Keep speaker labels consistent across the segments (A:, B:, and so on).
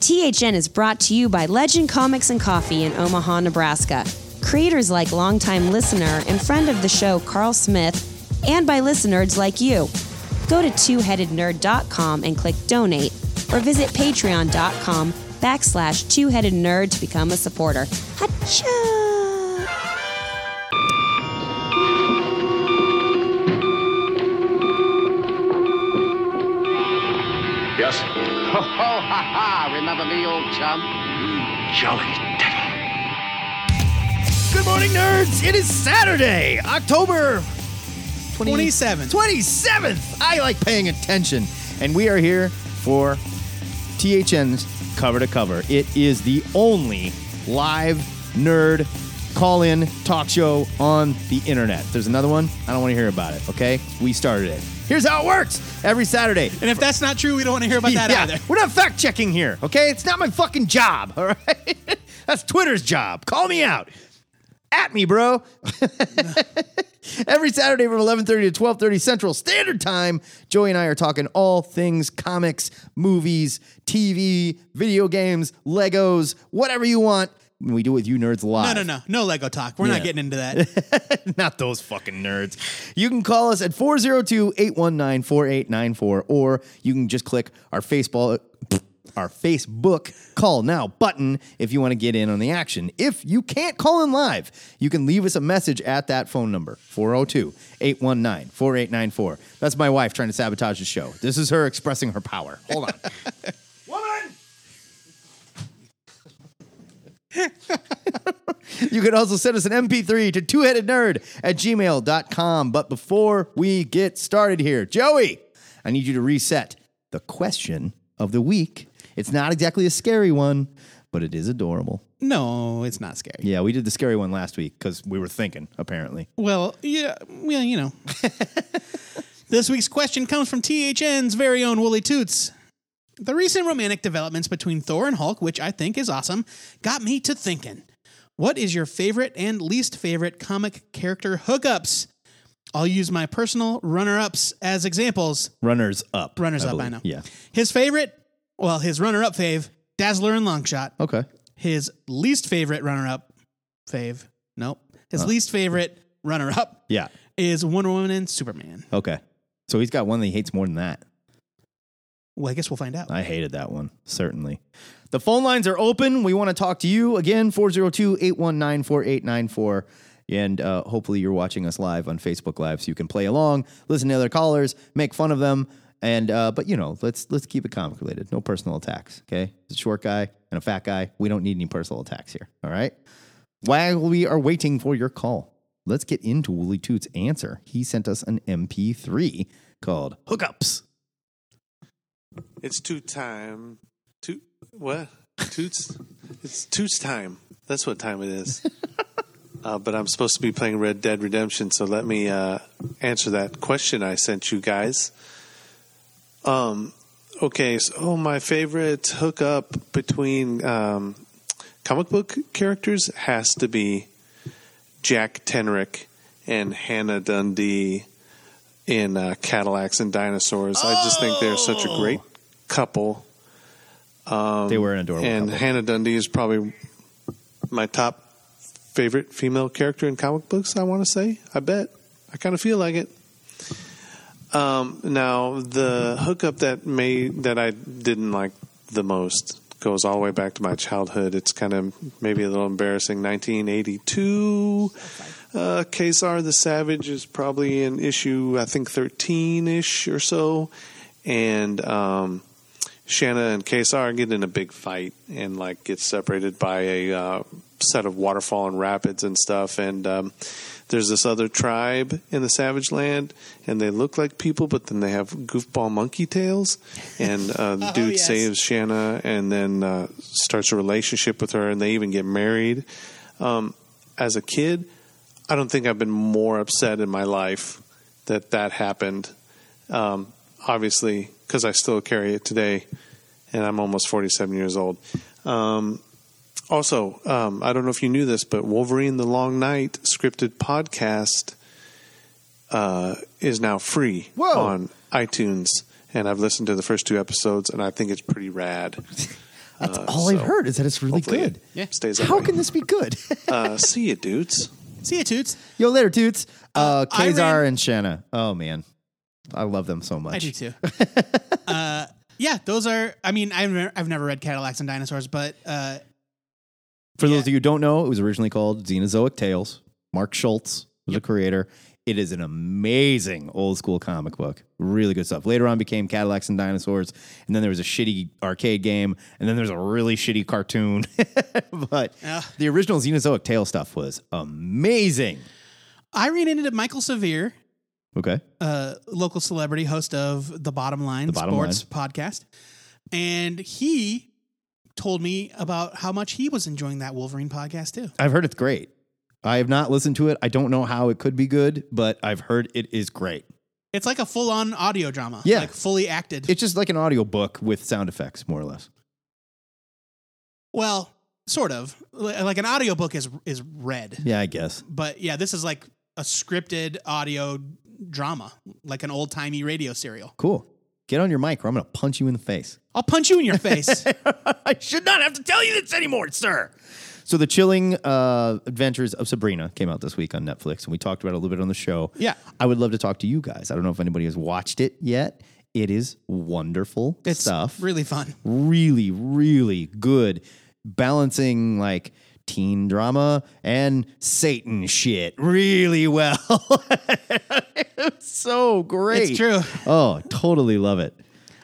A: THN is brought to you by Legend Comics and Coffee in Omaha, Nebraska. Creators like longtime listener and friend of the show Carl Smith, and by listeners like you. Go to twoheadednerd.com and click donate, or visit patreon.com backslash two-headednerd to become a supporter. Hacha!
B: Yes.
C: Ho, ho, ha, ha. Remember me, old chum?
B: Jolly devil.
D: Good morning, nerds! It is Saturday, October
E: 27.
D: 27th. I like paying attention. And we are here for THN's Cover to Cover. It is the only live nerd call in talk show on the internet. There's another one. I don't want to hear about it, okay? We started it. Here's how it works every Saturday.
E: And if that's not true, we don't want to hear about that
D: Yeah,
E: either.
D: We're not fact checking here, okay? It's not my fucking job, all right? That's Twitter's job. Call me out. At me, bro. Every Saturday from 11:30 to 12:30 Central Standard Time, Joey and I are talking all things comics, movies, TV, video games, Legos, whatever you want. We do it with you nerds
E: No,
D: live.
E: no, no. No Lego talk. We're
D: Yeah.
E: not getting into that.
D: Not those fucking nerds. You can call us at 402 819 4894, or you can just click our Facebook. Our Facebook call now button if you want to get in on the action. If you can't call in live, you can leave us a message at that phone number 402 819 4894. That's my wife trying to sabotage the show. This is her expressing her power. Hold on. You can also send us an MP3 to twoheadednerd at gmail.com. But before we get started here, Joey, I need you to reset the question of the week. It's not exactly a scary one, but it is adorable.
E: no, it's not scary.
D: Yeah, we did the scary one last week because we were thinking, apparently.
E: Well, yeah, well, you know. this week's question comes from THN's very own Wooly Toots. The recent romantic developments between Thor and Hulk, which I think is awesome, got me to thinking. What is your favorite and least favorite comic character hookups? I'll use my personal runner-ups as examples.
D: Runners up.
E: Runners up, I
D: believe.
E: know.
D: Yeah.
E: His favorite, well, his runner-up fave, Dazzler and Longshot.
D: Okay.
E: His least favorite runner-up fave, nope. His least favorite runner-up
D: Yeah.
E: is Wonder Woman and Superman.
D: Okay. So he's got one that he hates more than that.
E: Well, I guess we'll find out.
D: I hated that one, certainly. The phone lines are open. We want to talk to you again, 402 819 4894. And uh, hopefully, you're watching us live on Facebook Live so you can play along, listen to other callers, make fun of them. And uh, but you know let's let's keep it comic related. No personal attacks. Okay, it's a short guy and a fat guy. We don't need any personal attacks here. All right. While we are waiting for your call, let's get into Wooly Toots' answer. He sent us an MP3 called Hookups.
F: It's toot time. Toot what? Toots. it's toots time. That's what time it is. uh, but I'm supposed to be playing Red Dead Redemption, so let me uh, answer that question I sent you guys. Um. Okay. So oh, my favorite hookup between um, comic book characters has to be Jack Tenrick and Hannah Dundee in uh, Cadillacs and Dinosaurs. I just think they're such a great couple.
D: Oh.
F: Um,
D: they were an adorable.
F: And
D: couple.
F: Hannah Dundee is probably my top favorite female character in comic books, I want to say. I bet. I kind of feel like it. Um, now, the hookup that made that I didn't like the most goes all the way back to my childhood. It's kind of maybe a little embarrassing. 1982. Uh, Kazar the Savage is probably in issue, I think, 13 ish or so. And um, Shanna and Kesar get in a big fight and like get separated by a uh, set of waterfall and rapids and stuff. And um, there's this other tribe in the Savage Land, and they look like people, but then they have goofball monkey tails. And uh, the
E: Oh,
F: dude
E: yes.
F: saves Shanna and then uh, starts a relationship with her, and they even get married. Um, as a kid, I don't think I've been more upset in my life that that happened. Um, obviously, because I still carry it today, and I'm almost 47 years old. Um, also, um, I don't know if you knew this, but Wolverine: The Long Night scripted podcast uh, is now free
D: Whoa.
F: on iTunes, and I've listened to the first two episodes, and I think it's pretty rad. Uh,
D: That's all I've
F: so
D: heard is that it's really
F: hopefully
D: good.
F: it stays that
D: How
F: way.
D: can this be good?
F: uh, see you, dudes.
E: See you, Toots.
D: Yo, later, toots. Uh,
E: I
D: Kazar
E: ran-
D: and Shanna. Oh man, I love them so much.
E: I do too. uh, yeah, those are. I mean, I've never, I've never read Cadillacs and Dinosaurs, but uh,
D: For those of you who don't know, it was originally called Xenozoic Tales. Mark Schultz was the creator. It is an amazing old school comic book. Really good stuff. Later on became Cadillacs and Dinosaurs, and then there was a shitty arcade game, and then there's a really shitty cartoon. but the original Xenozoic Tale stuff was amazing.
E: I ran into Michael Severe,
D: Okay.
E: uh, local celebrity, host of the Bottom Line
D: The Bottom
E: Sports podcast, and he told me about how much he was enjoying that Wolverine podcast too.
D: I've heard it's great. I have not listened to it. I don't know how it could be good, but I've heard it is great.
E: It's like a full-on audio drama,
D: Yeah.
E: like fully acted.
D: It's just like an audiobook with sound effects, more or less.
E: well, sort of Li- like an audiobook is is read,
D: Yeah, I guess.
E: but yeah, this is like a scripted audio drama, like an old-timey radio serial.
D: Cool. Get on your mic or I'm going to punch you in the face.
E: I'll punch you in your face.
D: I should not have to tell you this anymore, sir. So, The Chilling uh, Adventures of Sabrina came out this week on Netflix, and we talked about it a little bit on the show.
E: Yeah.
D: I would love to talk to you guys. I don't know if anybody has watched it yet. It is wonderful
E: It's
D: stuff.
E: really fun.
D: really, really good balancing like teen drama and Satan shit really well. it's so great.
E: It's true.
D: Oh, totally love it.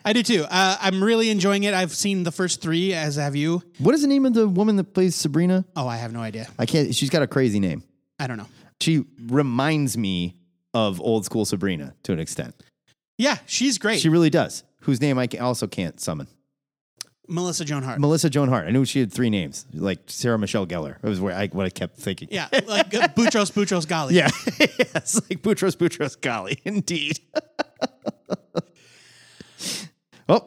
E: I do too. Uh, I'm really enjoying it. I've seen the first three, as have you.
D: What is the name of the woman that plays Sabrina?
E: Oh, I have no idea.
D: I can't. She's got a crazy name.
E: I don't know.
D: She reminds me of old school Sabrina to an extent.
E: Yeah, she's great.
D: She really does. Whose name I can, also can't summon.
E: Melissa Joan Hart.
D: Melissa Joan Hart. I knew she had three names, like Sarah Michelle Gellar. It was where I, what I kept thinking.
E: yeah, like uh, Boutros Boutros Ghali.
D: Yeah. it's like Boutros Boutros Golly, indeed. oh,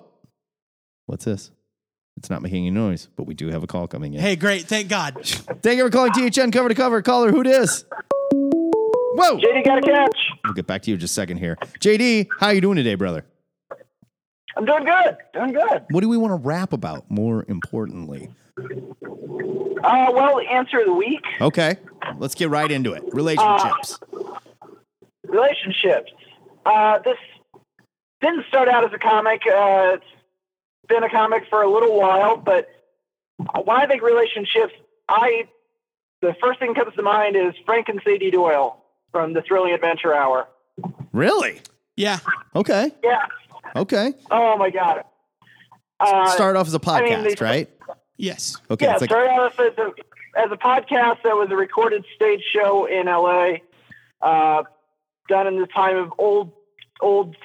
D: what's this? It's not making any noise, but we do have a call coming in.
E: Hey, great. Thank God.
D: Thank you for calling THN cover to cover. Caller, who dis? Whoa.
G: JD got a catch.
D: We'll get back to you in just a second here. JD, how you doing today, brother?
G: I'm doing good. Doing good.
D: What do we want to rap about more importantly?
G: Uh, well, answer of the week
D: Okay, let's get right into it. Relationships.
G: Uh, relationships. Uh, this didn't start out as a comic. Uh, it's been a comic for a little while, but when I think relationships, I the first thing comes to mind is Frank and Sadie Doyle from the Thrilling Adventure Hour.
D: Really?
E: Yeah.
D: Okay,
G: Yeah.
D: okay.
G: Oh my God. Uh,
D: Start off as a
G: I
D: podcast,
G: mean, they-
D: right?
E: Yes.
D: Okay,
G: Yeah,
D: it's like
G: started out as a, as a podcast that was a recorded stage show in LA, uh, done in the time of old old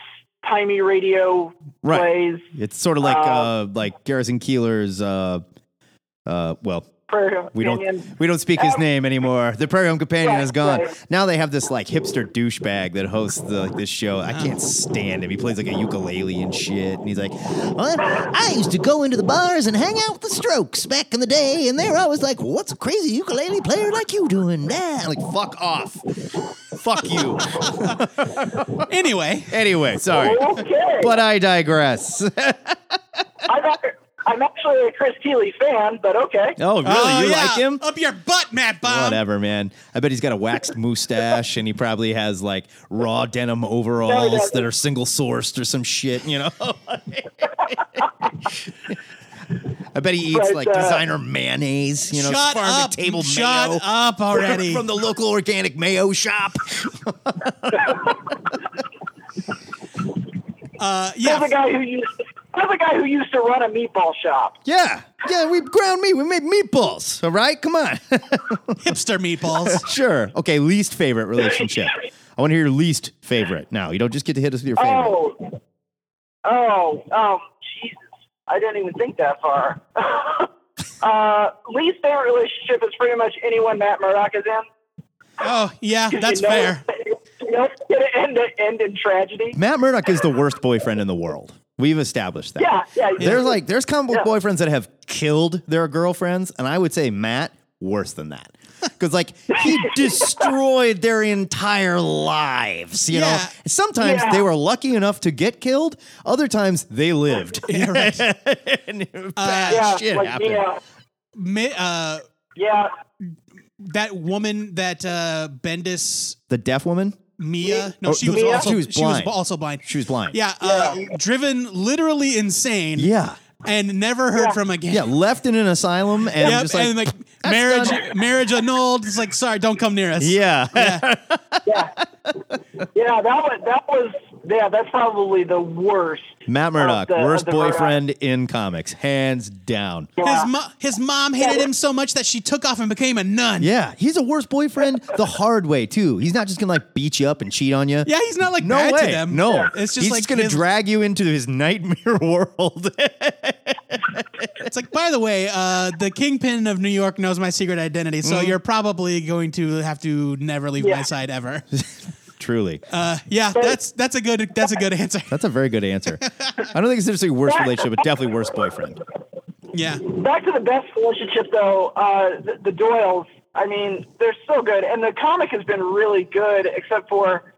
G: timey radio
D: Right.
G: plays,
D: It's sort of like uh,
G: Uh,
D: like Garrison Keeler's. Uh, uh, well,
G: Prairie Home
D: we
G: Companion.
D: don't we don't speak his
G: Uh,
D: name anymore. The Prairie Home Companion
G: Right,
D: is gone.
G: right.
D: Now they have this like hipster douchebag that hosts the, like this show. I can't stand him. He plays like a ukulele and shit, and he's like, "Well, I used to go into the bars and hang out with the Strokes back in the day, and they're always like, what's a crazy ukulele player like you doing now?' Like, fuck off, fuck you.
E: Anyway,
D: Anyway, sorry,
G: Okay,
D: but I digress.
G: I'm, ac- I'm actually a Chris Keeley fan, but okay.
D: oh, really?
E: Oh,
D: you
E: yeah.
D: like him?
E: Up your butt, Matt Bomb.
D: Whatever, man. I bet he's got a waxed mustache and he probably has like raw denim overalls that are single sourced or some shit, you know? I bet he eats
G: But,
D: like
G: uh,
D: designer mayonnaise, you know,
E: Shut
D: farm
E: up.
D: to table
E: Shut
D: mayo.
E: up already.
D: From the local organic mayo shop.
E: uh,
G: There's
E: yeah.
G: a guy who used there's a guy who used to run a meatball shop.
D: Yeah. Yeah, we ground meat. We made meatballs. All right? Come on.
E: Hipster meatballs.
D: sure. Okay, least favorite relationship. I want to hear your least favorite now. You don't just get to hit us with your favorite.
G: Oh, oh, um, Jesus! I didn't even think that far. uh, Lee's favorite relationship is pretty much anyone Matt Murdock is in.
E: Oh, yeah. That's
G: You know-
E: fair.
G: You know, it's gonna end end in tragedy.
D: Matt Murdock is the worst boyfriend in the world. We've established that.
G: Yeah, yeah, yeah.
D: There's like there's comic book
G: Yeah.
D: boyfriends that have killed their girlfriends, and I would say Matt worse than that. because like he destroyed their entire lives. You know,
E: Yeah.
D: sometimes
G: Yeah.
D: they were lucky enough to get killed. Other times they lived.
E: Yeah, right.
D: and bad
G: yeah,
D: shit
G: like,
D: happened.
G: yeah,
E: Mi- uh,
G: yeah,
E: that woman that uh, Bendis
D: The deaf woman,
E: Mia.
D: Oh,
E: No, she
D: the-
E: was
D: Mia?
E: also
D: She was blind.
E: also blind.
D: she was blind.
E: Yeah, uh, driven literally insane.
D: yeah,
E: and never heard from again.
D: yeah. Left in an asylum and
E: Yep,
D: just like,
E: and like marriage, marriage annulled. It's like, sorry, don't come near us.
D: yeah.
G: yeah. That was that was yeah. That's probably the worst.
D: Matt Murdock,
G: of the- of
D: worst
G: the Murdock.
D: boyfriend in comics, hands down.
G: Yeah.
E: His, mo- his mom hated him so much that she took off and became a nun.
D: Yeah, he's a worse boyfriend the hard way too. He's not just gonna like beat you up and cheat on you.
E: Yeah, he's not like
D: no
E: bad
D: way.
E: to them.
D: No,
E: it's just
D: he's
E: like
D: gonna
E: his-
D: drag you into his nightmare world.
E: It's like, by the way, uh, the kingpin of New York knows my secret identity, so
D: Mm-hmm.
E: you're probably going to have to never leave
G: Yeah.
E: my side ever.
D: Truly,
E: Uh, yeah, that's that's a good that's a good answer.
D: that's a very good answer. I don't think it's necessarily worst relationship, but definitely worst boyfriend.
E: Yeah,
G: Back to the best relationship though. Uh, the, the Doyles. I mean, they're so good, and the comic has been really good, except for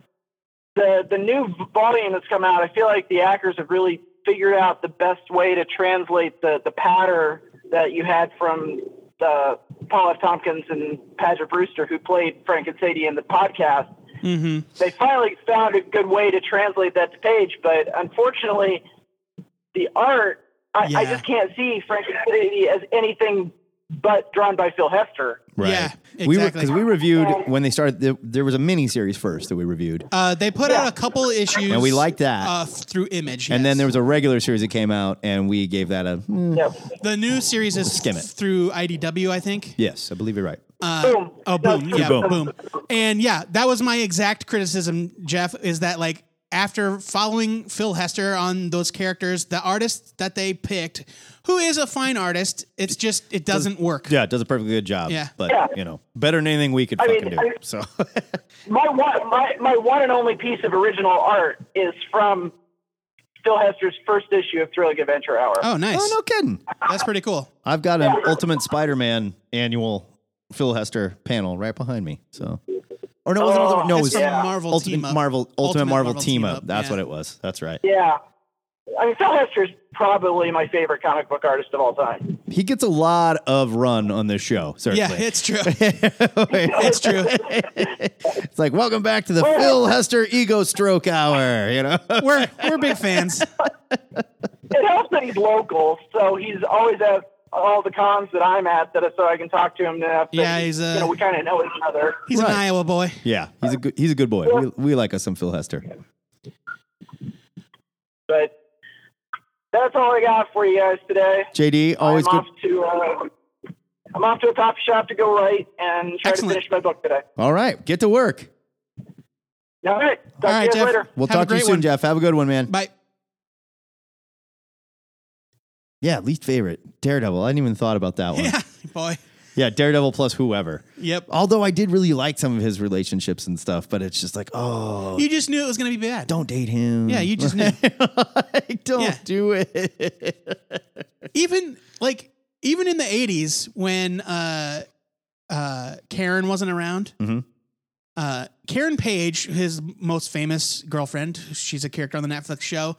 G: the the new volume that's come out. I feel like the actors have really figured out the best way to translate the the patter that you had from the Paul F. Tompkins and Padgett Brewster, who played Frank and Sadie in the podcast.
D: Mm-hmm.
G: They finally found a good way to translate that to page, but unfortunately, the art. I, I
E: Yeah.
G: just can't see Frank and Sadie as anything but drawn by Phil Hester.
D: Right.
E: Yeah,
D: We were
E: exactly.
D: because we reviewed when they started. There, there was a mini series first that we reviewed,
E: uh, they put out a couple issues,
D: And we liked that.
E: uh, through Image,
D: and then
E: yes.
D: there was a regular series that came out, and we gave that a mm,
G: Yep.
E: the new series is
D: Skim it.
E: through IDW, I think.
D: yes. I believe you're right.
G: boom.
E: Oh, boom.
G: No,
E: Yeah,
D: Boom.
E: boom. And yeah, that was my exact criticism, Jeff, is that like after following Phil Hester on those characters, the artist that they picked, who is a fine artist, it's just, it doesn't work.
D: Yeah, it does a perfectly good job.
E: Yeah.
D: but
G: Yeah.
D: you know, better than anything we could
G: I mean,
D: fucking do.
G: I-
D: so
G: My one, my, my one and only piece of original art is from Phil Hester's first issue of Thrilling Adventure Hour.
E: Oh, nice.
D: oh, no kidding.
E: That's pretty cool.
D: I've got an Ultimate Spider-Man annual Phil Hester panel right behind me. So, or no, it wasn't
G: Oh,
D: Ultimate. No, it
E: That's
D: was
E: from
G: yeah.
E: Marvel
D: Ultimate
E: team up.
D: Marvel. Ultimate, Marvel, team up. That's
E: yeah.
D: what it was. That's right.
G: Yeah. I mean, Phil Hester's probably my favorite comic book artist of all time.
D: He gets a lot of run on this show.
E: Yeah,
D: Certainly.
E: it's true.
D: it's
E: It's true.
D: It's like welcome back to the Phil Hester ego stroke hour. You know.
E: We're we're big fans.
G: It helps that he's local, so he's always at all the cons that I'm at, that so I can talk to him enough. that,
E: Yeah, he's, uh,
G: you know, we kind of know each other.
E: He's
D: Right.
E: an Iowa boy.
D: yeah, he's a good he's a good boy. We, we like us some Phil Hester.
G: But that's all I got for you guys today.
D: JD always
G: I'm
D: good.
G: off to uh, I'm off to a coffee shop to go right and try
E: Excellent.
G: to finish my book today.
D: All right, get to work.
G: All right, talk
E: All right,
G: to you
E: Jeff.
G: guys later.
D: We'll
E: Have a
D: talk to you
E: great
D: soon,
E: one.
D: Jeff. Have a good one, man.
E: Bye.
D: Yeah, least favorite Daredevil. I hadn't even thought about that one. Yeah,
E: Yeah, boy.
D: Daredevil plus whoever.
E: Yep.
D: Although I did really like some of his relationships and stuff, but it's just like, oh,
E: You just knew it was gonna be bad.
D: don't date him.
E: Yeah, you just knew.
D: Like, don't
E: Yeah.
D: do it.
E: even like even in the 80s when uh uh Karen wasn't around
B: Mm-hmm.
D: Mhm.
E: uh Karen Page his most famous girlfriend she's a character on the Netflix show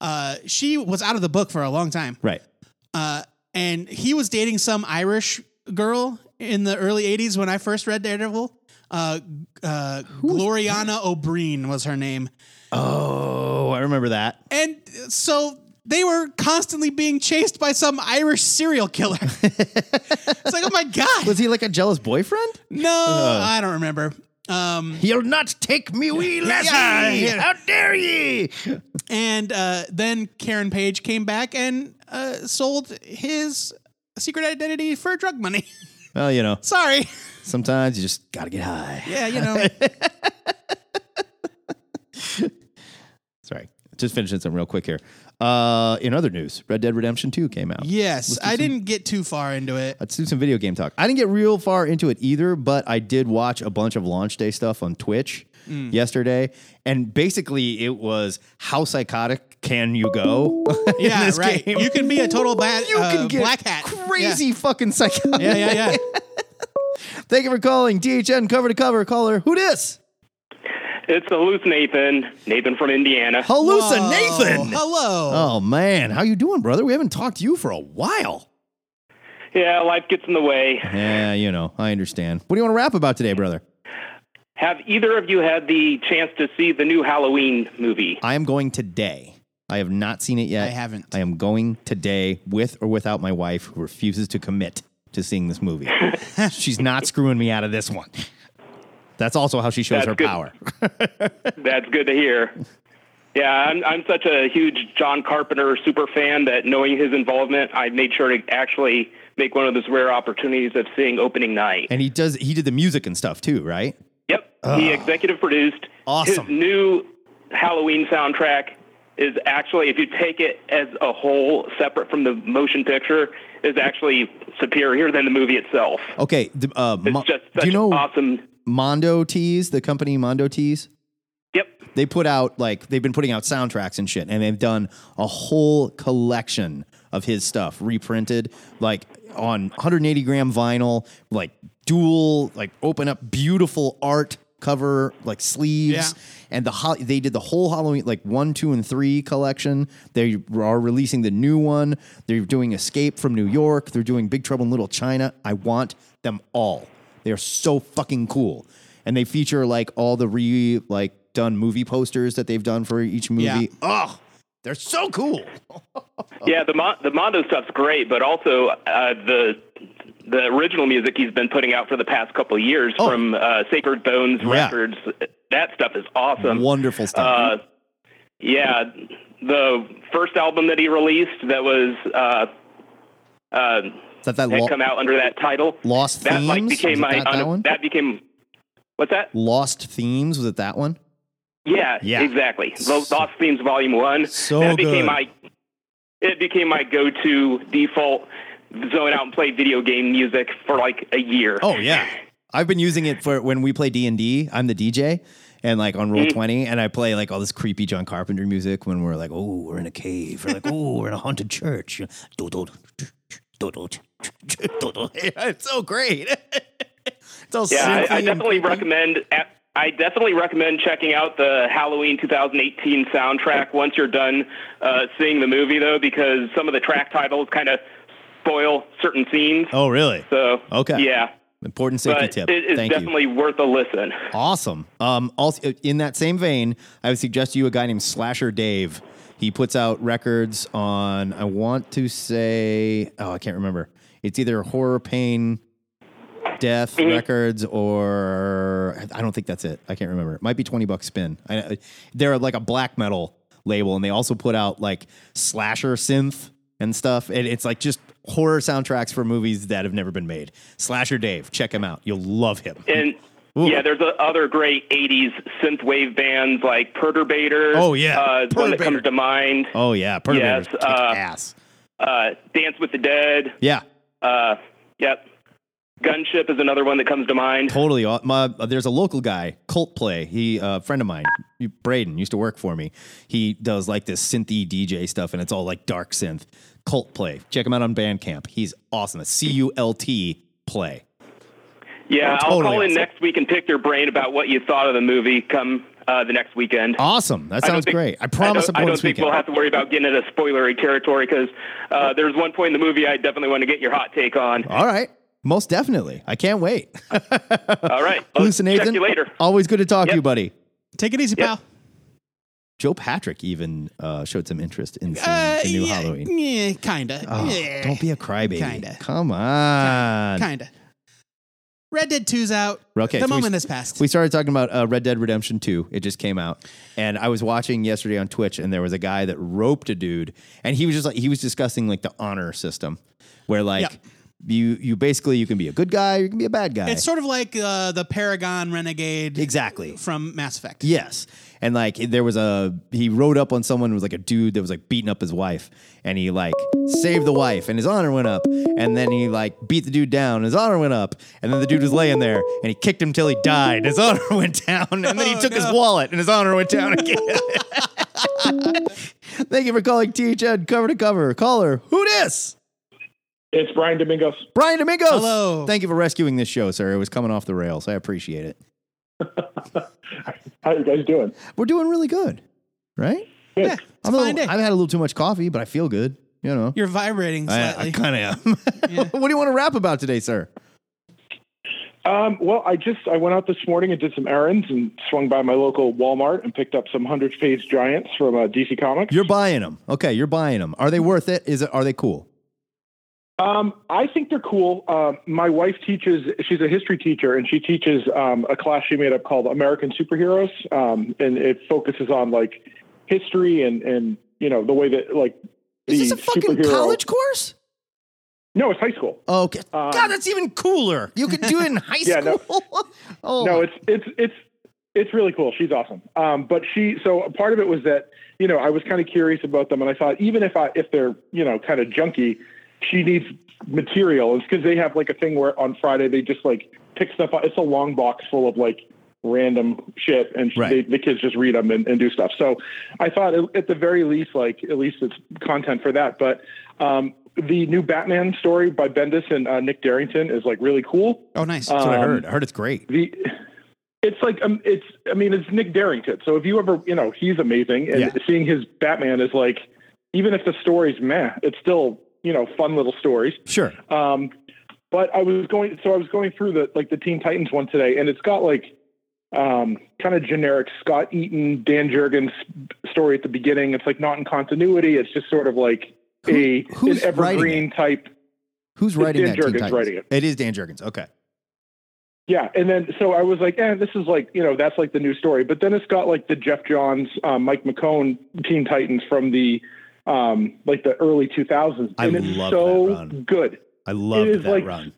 E: uh she was out of the book for a long time
D: Right.
E: uh and he was dating some Irish girl in the early 80s when I first read Daredevil uh uh Gloriana O'Brien was her name
D: Oh, I remember that.
E: and uh, so they were constantly being chased by some Irish serial killer. it's like, oh my god,
D: Was he like a jealous boyfriend?
E: no, I don't remember. Um,
D: Uh-huh. He'll not take me, wee lassie.
E: Yeah.
D: How dare ye?
E: and uh, then Karen Page came back and uh, sold his secret identity for drug money.
D: Well, you know,
E: Sorry,
D: sometimes you just gotta get high.
E: yeah, you know,
D: Sorry. Just finishing some real quick here. Uh, in other news, Red Dead Redemption 2 came out.
E: yes, I didn't get too far into it.
D: Let's do some video game talk. I didn't get real far into it either, but I did watch a bunch of launch day stuff on Twitch
E: Mm.
D: yesterday. And basically, it was how psychotic can you go? in
E: Yeah,
D: this
E: right.
D: game?
E: You can be a total bad,
D: You
E: uh,
D: can get
E: black hat,
D: crazy fucking psychotic.
E: Yeah, yeah, yeah. yeah.
D: Thank you for calling DHN cover to cover. Caller, who dis?
H: It's the loose Nathan, Nathan from Indiana.
D: Halusa
E: Whoa.
D: Nathan.
E: Hello.
D: Oh man, how you doing, brother? We haven't talked to you for a while.
H: Yeah, life gets in the way.
D: Yeah, you know, Oh, I understand. What do you want to rap about today, brother?
H: Have either of you had the chance to see the new Halloween movie?
D: I am going today. I have not seen it yet.
E: I haven't.
D: I am going today with or without my wife, who refuses to commit to seeing this movie. She's not screwing me out of this one. That's also how she shows
H: That's
D: her
H: good.
D: power.
H: That's good to hear. Yeah, I'm, I'm such a huge John Carpenter super fan that knowing his involvement, I made sure to actually make one of those rare opportunities of seeing opening night.
D: And he does. He did the music and stuff too, right?
H: Yep, he executive produced.
D: Awesome.
H: His new Halloween soundtrack is actually, if you take it as a whole, separate from the motion picture, is actually superior than the movie itself.
D: Okay. The, uh,
H: It's
D: Mo-
H: just such
D: do you know
H: awesome.
D: Mondo Tees, the company Mondo Tees?
H: Yep.
D: They put out like they've been putting out soundtracks and shit, and they've done a whole collection of his stuff reprinted, like on 180 gram vinyl, like dual, like open up beautiful art cover, like sleeves, and the ho- they did the whole Halloween like one, two, and three collection. They are releasing the new one. They're doing Escape from New York. They're doing Big Trouble in Little China. I want them all. They are so fucking cool. And they feature like all the re like done movie posters that they've done for each movie.
E: Yeah.
D: Oh, they're so cool.
H: Yeah, the Mon- the Mondo stuff's great, but also uh, the the original music he's been putting out for the past couple of years
D: Oh.
H: from uh, Sacred Bones
D: Yeah.
H: Records. That stuff is awesome.
D: Wonderful stuff.
H: Uh, yeah, the first album that he released that was uh, uh,
D: Is that that
H: had
D: lo-
H: come out under that title.
D: Lost
H: that
D: Themes?
H: like
D: Was
H: became
D: it
H: my
D: that, that one?
H: that became what's that?
D: Lost Themes? Was it that one?
H: Yeah,
D: Yeah.
H: exactly. The Lost Themes Volume One.
D: So
H: that became
D: good.
H: my it became my go to default zone out and play video game music for like a year.
D: Oh yeah, I've been using it for when we play D and D. I'm the DJ and like on roll
H: Mm.
D: twenty, and I play like all this creepy John Carpenter music when we're like, oh, we're in a cave, or like, oh, we're in a haunted church. Do, do, do, do, do, do, do. It's so great. it's all
H: yeah,
D: synthy
H: I, I
D: and
H: definitely
D: creepy.
H: recommend I definitely recommend checking out the Halloween 2018 soundtrack once you're done uh, seeing the movie though because some of the track titles kind of spoil certain scenes.
D: Oh really?
H: So
D: Okay.
H: yeah,
D: Important safety
H: but
D: tip.
H: it is
D: Thank you.
H: definitely worth a listen.
D: Awesome. Um, also, in that same vein, I would suggest to you a guy named Slasher Dave. He puts out records on, I want to say, oh, I can't remember. It's either horror, pain, death records, or I don't think that's it. I can't remember. It might be 20 bucks spin. I, they're like a black metal label, and they also put out like slasher synth and stuff. And it's like just horror soundtracks for movies that have never been made. Slasher Dave, check him out. You'll love him.
H: And
D: Ooh.
H: yeah, there's a, other great '80s synthwave bands like Perturbator.
D: Oh, yeah.
H: uh, one that
D: Perturbator.
H: comes to mind.
D: Oh yeah, Perturbators
H: Yes,
D: kick
H: uh,
D: ass.
H: Uh, Dance with the Dead.
D: Yeah,
H: Uh, yep. Gunship is another one that comes to mind.
D: totally. Uh, My, uh, there's a local guy, Cult Play. He uh, a friend of mine, Braden, used to work for me. He does like this synthy DJ stuff, and it's all like dark synth. Cult Play. Check him out on Bandcamp. He's awesome. It's C U L T Play.
H: Yeah,
D: Oh, Totally
H: I'll call in
D: awesome.
H: next week and pick your brain about what you thought of the movie come uh, the next weekend.
D: Awesome. That
H: I don't
D: sounds
H: think-
D: great. I promise
H: I
D: I'm
H: don't, I
D: going
H: don't
D: this
H: think
D: weekend.
H: we'll have to worry about getting into spoilery territory because uh, there's one point in the movie I definitely want to get your hot take on.
D: all right. Most definitely. I can't wait.
H: All right, I'll
D: Listen,
H: check
D: Nathan.
H: you later.
D: Always good to talk to
H: Yep.
D: you, buddy.
E: Take it easy,
H: Yep.
E: pal.
D: Joe Patrick even uh, showed some interest in seeing
E: Uh,
D: the new
E: yeah,
D: Halloween.
E: Yeah, kinda.
D: Oh,
E: Yeah.
D: don't be a crybaby.
E: Kinda.
D: Come on.
E: Kinda. Red Dead 2's out.
D: Okay, so
E: The
D: we-
E: moment has passed.
D: We started talking about uh, Red Dead Redemption 2. It just came out. And I was watching yesterday on Twitch, and there was a guy that roped a dude, and he was just like, he was discussing like the honor system where like
E: Yep.
D: you, you basically, you can be a good guy, or you can be a bad guy.
E: it's sort of like uh, the Paragon Renegade
D: exactly.
E: from Mass Effect.
D: Yes. And like there was a he rode up on someone who was like a dude that was like beating up his wife and he like saved the wife and his honor went up and then he like beat the dude down and his honor went up and then the dude was laying there and he kicked him till he died and his honor went down and then he
E: Oh,
D: took his
E: no.
D: wallet and his honor went down again. Thank you for calling THN cover to cover. Caller, who dis?
I: It's Brian Domingos.
D: Brian Domingos.
E: Hello.
D: Thank you for rescuing this show, sir. It was coming off the rails. I appreciate it.
I: How you guys doing?
D: We're doing really good, right?
I: Good.
E: Yeah, it's
D: I'm
E: a
D: a
E: fine
D: little,
E: day.
D: I've had a little too much coffee, but I feel good. You know,
E: You're vibrating
D: I,
E: slightly.
D: kind of am. what do you want to rap about today, sir?
I: Um, well, I just I went out this morning and did some errands and swung by my local Walmart and picked up some hundred-page giants from uh, DC Comics.
D: You're buying them. Okay, you're buying them. Are they worth it? Is it? Are they cool?
I: Um, I think they're cool. Um, my wife teaches; she's a history teacher, and she teaches um, a class she made up called American Superheroes, um, and it focuses on like history and and you know the way that like
D: Is
I: the
D: this a fucking
I: superhero-
D: college course?
I: No, it's high school.
D: Okay.
E: Uh,
I: Um,
D: God, that's even cooler. You could do it in high
I: Yeah, no.
D: school. oh,
I: No, it's it's it's it's really cool. She's awesome. Um, but she so a part of it was that you know I was kind of curious about them, and I thought even if I if they're you know kind of junky, she needs material. It's because they have like a thing where on Friday they just like pick stuff up. It's a long box full of like random shit, and she,
D: Right.
I: they, the kids just read them and, and do stuff. So I thought at- at the very least, like at least it's content for that. But um, the new Batman story by Bendis and uh, Nick Darrington is like really cool.
E: oh, nice.
D: that's what I
I: um,
D: heard. I heard it's great.
I: The it's like um, it's I mean it's Nick Darrington. So if you ever you know he's amazing, and
D: Yeah.
I: seeing his Batman is like even if the story's meh, it's still you know fun little stories.
D: Sure.
I: Um, but I was going, so I was going through the like the Teen Titans one today, and it's got like um, kind of generic Scott Eaton, Dan Jurgens story at the beginning. It's like not in continuity. It's just sort of like a
D: Who- who's
I: an
D: writing
I: evergreen type.
D: Who's writing that?
I: Dan
D: Teen
I: Jurgens
D: Titans?
I: writing it.
D: It is Dan Jurgens. Okay.
I: Yeah, and then so I was like, eh, this is like you know that's like the new story. But then it's got like the Jeff Johns, um, Mike McCone Teen Titans from the um, like the early two thousands,
D: I
I: and it's
D: love
I: so
D: that run.
I: good.
D: I love
I: is
D: that
I: like-
D: run.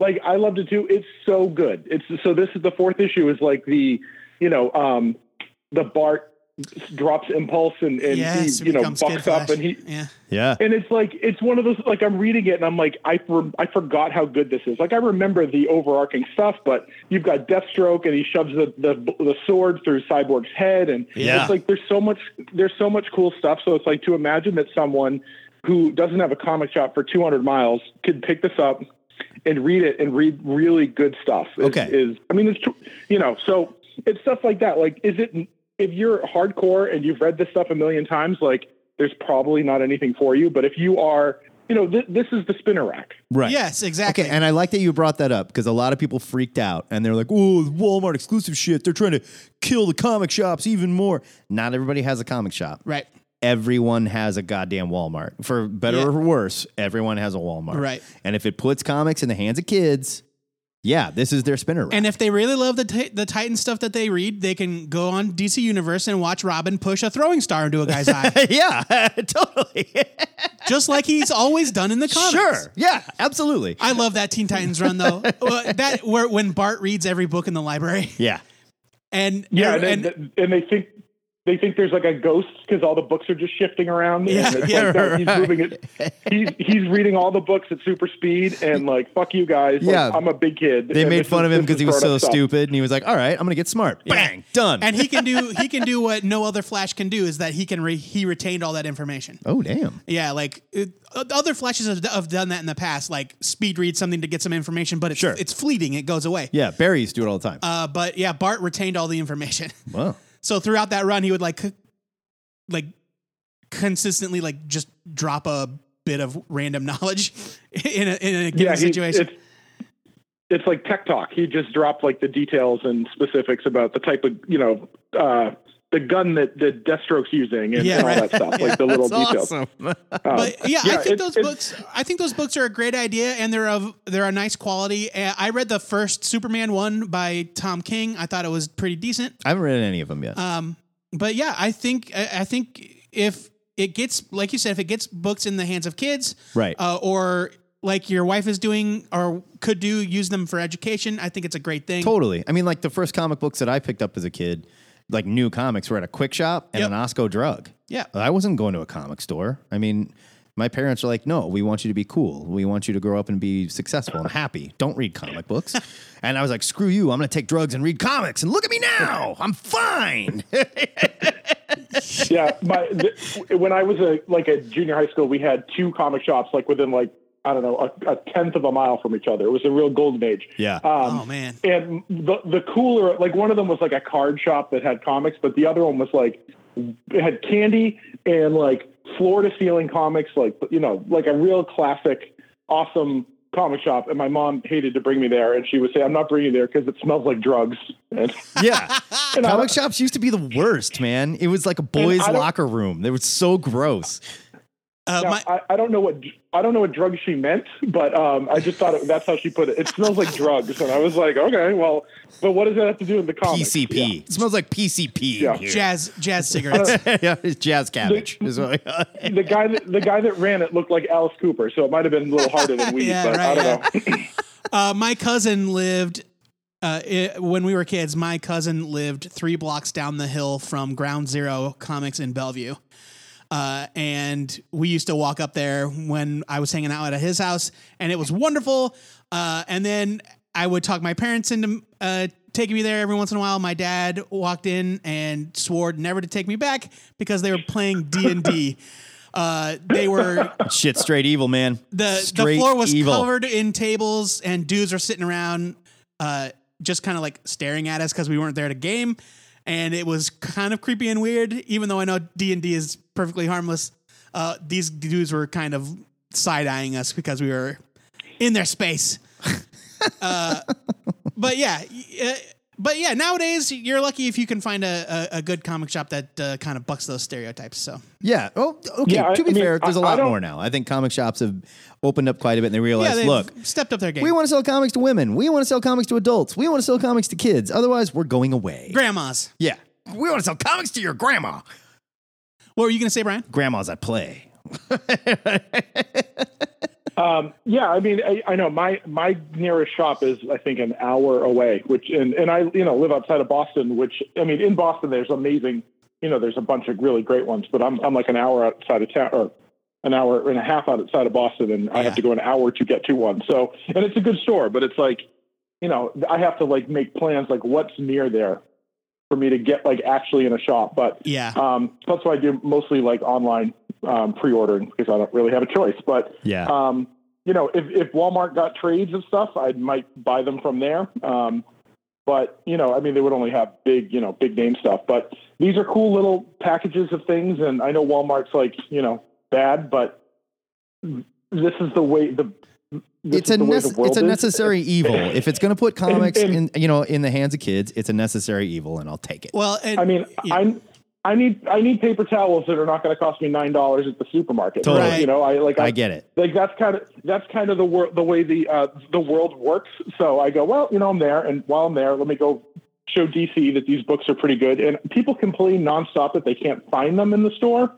I: like I loved it too. It's so good. It's so this is the fourth issue is like the you know um the Bart drops impulse and, and
E: yes,
I: he you know
E: becomes
I: bucks
E: Kid
I: up
E: Flash.
I: and he
E: yeah.
D: Yeah.
I: and it's like it's one of those like I'm reading it and I'm like I for, I forgot how good this is. Like I remember the overarching stuff, but you've got Deathstroke and he shoves the the, the sword through Cyborg's head, and
D: Yeah.
I: it's like there's so much there's so much cool stuff. So it's like to imagine that someone who doesn't have a comic shop for 200 miles could pick this up and read it and read really good stuff. Is,
D: Okay.
I: is I mean it's tr- you know so it's stuff like that. Like is it if you're hardcore and you've read this stuff a million times, like there's probably not anything for you. But if you are, you know, th- this is the spinner rack.
D: Right.
E: Yes, exactly.
D: Okay, and I like that you brought that up because a lot of people freaked out and they're like, "Oh, Walmart exclusive shit! They're trying to kill the comic shops even more." Not everybody has a comic shop.
E: right.
D: Everyone has a goddamn Walmart. For better
E: Yeah.
D: or worse, everyone has a Walmart.
E: Right.
D: And if it puts comics in the hands of kids, yeah, this is their spinner. rack.
E: And if they really love the ti- the Titan stuff that they read, they can go on DC Universe and watch Robin push a throwing star into a guy's eye,
D: yeah, totally.
E: just like he's always done in the comics.
D: sure. Yeah, absolutely.
E: I love that Teen Titans run though. Well, that where when Bart reads every book in the library
D: yeah.
E: and
I: Yeah, and,
E: and,
I: and, and they think they think there's like a ghost because all the books are just shifting around.
E: Yeah,
I: and it's
D: yeah,
I: like, no,
D: right.
I: he's moving it. He's he's reading all the books at super speed and like fuck you guys. Like,
D: Yeah.
I: I'm a big kid.
D: They
I: and
D: made
I: this
D: fun
I: is-
D: of him
I: this
D: because
I: is
D: he was so
I: grown-up stuff.
D: stupid, and he was like, "All right, I'm gonna get smart." Bang, done.
E: and he can do he can do what no other Flash can do is that he can re, he retained all that information.
D: oh damn.
E: Yeah, like it, other flashes have, have done that in the past, like speed read something to get some information, but it's
D: Sure.
E: it's fleeting, it goes away.
D: Yeah, Barry used to do it all the time.
E: Uh, but yeah, Bart retained all the information.
D: wow.
E: So throughout that run, he would like, c- like, consistently like just drop a bit of random knowledge in a, in a given
I: Yeah, he,
E: situation.
I: it's it's like tech talk. He just dropped like the details and specifics about the type of you know uh, the gun that the Deathstroke's using and,
E: Yeah,
I: and all
E: right.
I: that stuff, like the little
D: That's
I: details.
D: awesome.
I: Um,
E: But yeah, I
I: yeah,
E: think
I: it-
E: those
I: it-
E: books. I think those books are a great idea, and they're of they're a nice quality. Uh, I read the first Superman one by Tom King. I thought it was pretty decent.
D: I haven't read any of them yet.
E: Um, but yeah, I think I, I think if it gets like you said, if it gets books in the hands of kids,
D: Right.
E: uh, or like your wife is doing or could do, use them for education. I think it's a great thing.
D: totally. I mean, like the first comic books that I picked up as a kid, like new comics, were at a quick shop and
E: Yep.
D: an Osco drug.
E: Yeah.
D: I wasn't going to a comic store. I mean, my parents were like, no, we want you to be cool. We want you to grow up and be successful and happy. Don't read comic books. and I was like, screw you. I'm going to take drugs and read comics. And look at me now. I'm fine.
I: yeah, my th- when I was a like a junior high school, we had two comic shops like within like I don't know, a, a tenth of a mile from each other. It was a real golden age.
D: Yeah.
I: Um,
E: Oh, man.
I: And the the cooler, like one of them was like a card shop that had comics, but the other one was like it had candy and like floor to ceiling comics, like you know, like a real classic, awesome comic shop. And my mom hated to bring me there, and she would say, "I'm not bringing you there because it smells like drugs." And
D: Yeah.
I: And I
D: Comic
I: don't-
D: shops used to be the worst, man. It was like a boys'
I: I don't-
D: locker room. They were so gross.
E: Uh,
I: now,
E: my,
I: I, I don't know what I don't know what drugs she meant, but um, I just thought it, that's how she put it. It smells like drugs, and I was like, okay, well, but what does that have to do with the comics?
D: PCP. It smells like PCP
I: Yeah.
D: in here.
E: jazz jazz cigarettes.
D: yeah, it's jazz cabbage. is what I-
I: Yeah. The guy that the guy that ran it looked like Alice Cooper, so it might have been a little harder than weed,
E: Yeah,
I: but I
E: right,
I: don't know.
E: Uh, my cousin lived uh, i when we were kids. My cousin lived three blocks down the hill from Ground Zero Comics in Bellevue, uh, and we used to walk up there when I was hanging out at his house, and it was wonderful. Uh, and then I would talk my parents into uh, taking me there every once in a while. My dad walked in and swore never to take me back because they were playing D and D. Uh, They were
D: Shit, straight evil, man.
E: the the
D: Straight
E: floor was
D: evil.
E: covered in tables and dudes were sitting around uh just kind of like staring at us because we weren't there to game and it was kind of creepy and weird even though i know d&d is perfectly harmless uh these dudes were kind of side-eyeing us because we were in their space uh but yeah y- uh, but yeah nowadays you're lucky if you can find a, a, a good comic shop that uh, kind of bucks those stereotypes so
D: Yeah. Oh, okay.
I: Yeah, I-
D: to be
I: I mean,
D: fair, there's a
I: I- I
D: lot
I: don't-
D: more now. I think comic shops have opened up quite a bit and they realized,
E: they've
D: look,
E: stepped up their game
D: we want to sell comics to women. We want to sell comics to adults. We want to sell comics to kids. Otherwise, we're going away.
E: grandmas
D: yeah. We want to sell comics to your grandma.
E: what were you gonna say brian
D: Grandma's at play.
I: Um, yeah, I mean, I, I know my my nearest shop is I think an hour away, which and and I you know live outside of Boston, which I mean in Boston there's amazing, you know, there's a bunch of really great ones, but I'm I'm like an hour outside of town or an hour and a half outside of Boston, and I have to go an hour to get to one. So and it's a good store, but it's like, you know, I have to like make plans like what's near there for me to get like actually in a shop, but
E: yeah
I: um, that's why I do mostly like online um, pre-ordering because I don't really have a choice. But
D: Yeah.
I: um, you know, if, if Walmart got trades and stuff, I might buy them from there. Um, but you know, I mean, they would only have big, you know, big name stuff. But these are cool little packages of things, and I know Walmart's like you know bad, but this is the way the this
D: it's
I: is
D: a
I: the way
D: nece-
I: the world
D: it's a
I: is.
D: necessary evil. If it's going to put comics in
I: and-
D: you know in the hands of kids, it's a necessary evil, and I'll take it.
E: well and
I: I mean,
E: yeah.
I: I I need I need paper towels that are not going to cost me nine dollars at the supermarket.
D: Totally.
I: You know, I like
D: I get it.
I: like that's kind of that's kind of the wor- the way the uh, the world works. So I go, well, you know, I'm there, and while I'm there, let me go show DC that these books are pretty good. And people complain nonstop that they can't find them in the store,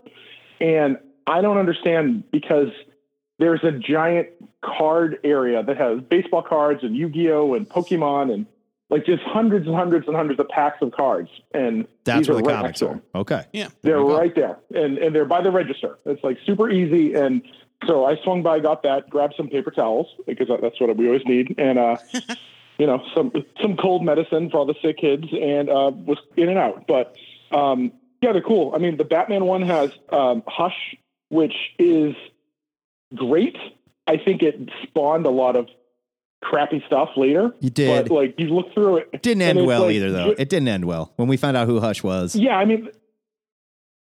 I: and I don't understand because there's a giant card area that has baseball cards and Yu-Gi-Oh and Pokemon and like just hundreds and hundreds and hundreds of packs of cards. And
D: That's
I: these
D: where the
I: right
D: comics
I: next to them.
D: are. Okay.
E: yeah
I: They're right there, and and they're by the register. It's like super easy, and so I swung by, got that, grabbed some paper towels because that's what we always need, and uh, you know some some cold medicine for all the sick kids, and uh, was in and out. But um, yeah, they're cool. I mean, the Batman one has um, Hush, which is great. I think it spawned a lot of crappy stuff later.
D: You did.
I: but like you look through it,
D: Didn't end
I: and it's
D: well
I: like-
D: either, though. It didn't end well when we found out who Hush was.
I: yeah, I mean,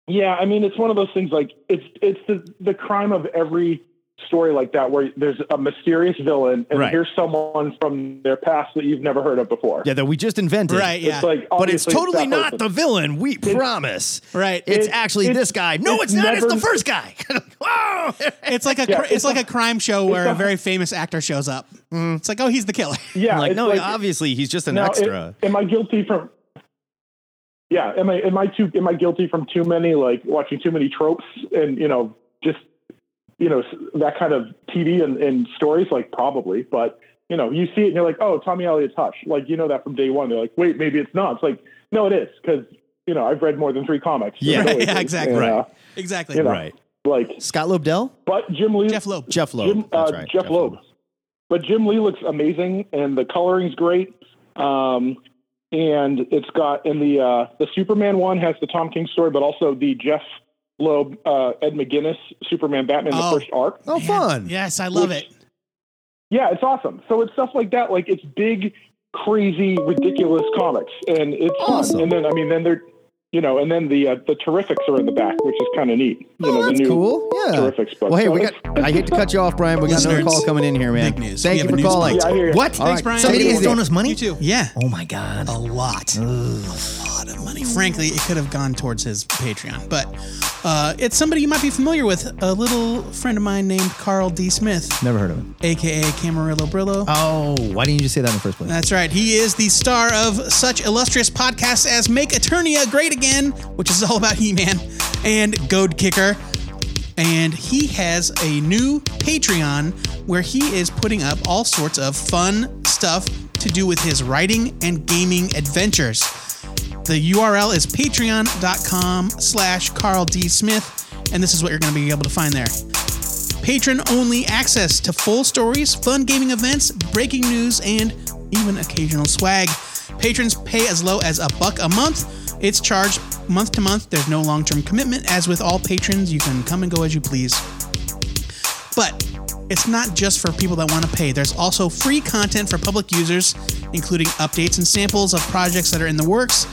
I: yeah, I mean, it's one of those things. Like, it's it's the the crime of every story like that, where there's a mysterious villain, and
D: Right.
I: here's someone from their past that you've never heard of before.
D: Yeah, that we just invented.
E: right yeah
I: It's like,
D: But it's
I: obviously
D: totally
I: that
D: not the
I: person.
D: villain. We promise.
E: Right.
D: It's
I: It-
D: actually
I: it's-
D: this guy. No, it's,
I: it's
D: not. it's
I: never-
D: the first guy. Whoa!
E: it's like a
I: Yeah,
E: cr- it's,
I: it's
E: like a, crime show where a
I: a-
E: very famous actor shows up. It's like, oh, he's the killer.
I: yeah.
D: like,
I: it's
D: no,
I: like-
D: obviously he's just an
I: now,
D: extra.
I: am- am I guilty from? Yeah, am I am I too am I guilty from too many like watching too many tropes and you know just you know s- that kind of TV and, and stories like probably, but you know you see it and you're like, oh, Tommy Elliott's Hush, like you know that from day one. They're like, wait, maybe it's not. It's like, no, it is because you know I've read more than three comics.
D: Yeah,
I: It always
E: yeah,
I: is.
E: exactly.
I: And, uh,
D: Right.
E: Exactly.
I: You know.
D: right.
I: like,
D: Scott Lobdell?
I: but Jim Lee,
E: Jeff Loeb.
D: Jeff Loeb.
I: Jim, uh,
D: That's right.
I: Jeff, Loeb. But Jim Lee looks amazing, and the coloring's great. Um, and it's got in the uh, the Superman one has the Tom King story, but also the Jeff Loeb, uh, Ed McGuinness, Superman, Batman,
E: Oh.
I: the first arc.
D: Oh, fun.
E: Yes, I love
I: Which-
E: it.
I: Yeah, it's awesome. So it's stuff like that. Like it's big, crazy, ridiculous comics, and it's
D: Awesome.
I: fun. And then I mean, then they're you know, and then the uh, the terrifics are in the back, which is kind of neat. You
D: Oh,
I: know,
D: that's
I: the new
D: cool. Yeah.
I: Terrifics book.
D: Well, hey,
I: So
D: we got.
I: it's- it's
D: I hate to
I: stuff-
D: cut you off, Brian. We got another
E: Listeners,
D: call coming in here, man.
E: big news. We
D: Thank you
E: have a
D: for
E: new
D: calling.
I: sponsor. Yeah, I hear you.
D: What?
E: Thanks, Brian.
D: Somebody
E: Thank
D: is
E: you.
D: owing us money.
E: You too. Yeah.
D: Oh my god.
E: A lot. A lot of money. Frankly, it could have gone towards his Patreon, but uh, it's somebody you might be familiar with. A little friend of mine named Carl D. Smith,
D: Never heard of him.
E: aka Camarillo Brillo.
D: Oh, why didn't you just say that in the first place?
E: That's right. He is the star of such illustrious podcasts as Make Eternia Great Again, which is all about He Man, and Goad Kicker. And he has a new Patreon where he is putting up all sorts of fun stuff to do with his writing and gaming adventures. The URL is patreon.com slash Carl D. Smith, and this is what you're going to be able to find there patron only access to full stories, fun gaming events, breaking news, and even occasional swag. Patrons pay as low as a buck a month. It's charged month to month. There's no long term commitment. As with all patrons, you can come and go as you please. But it's not just for people that want to pay. There's also free content for public users, including updates and samples of projects that are in the works.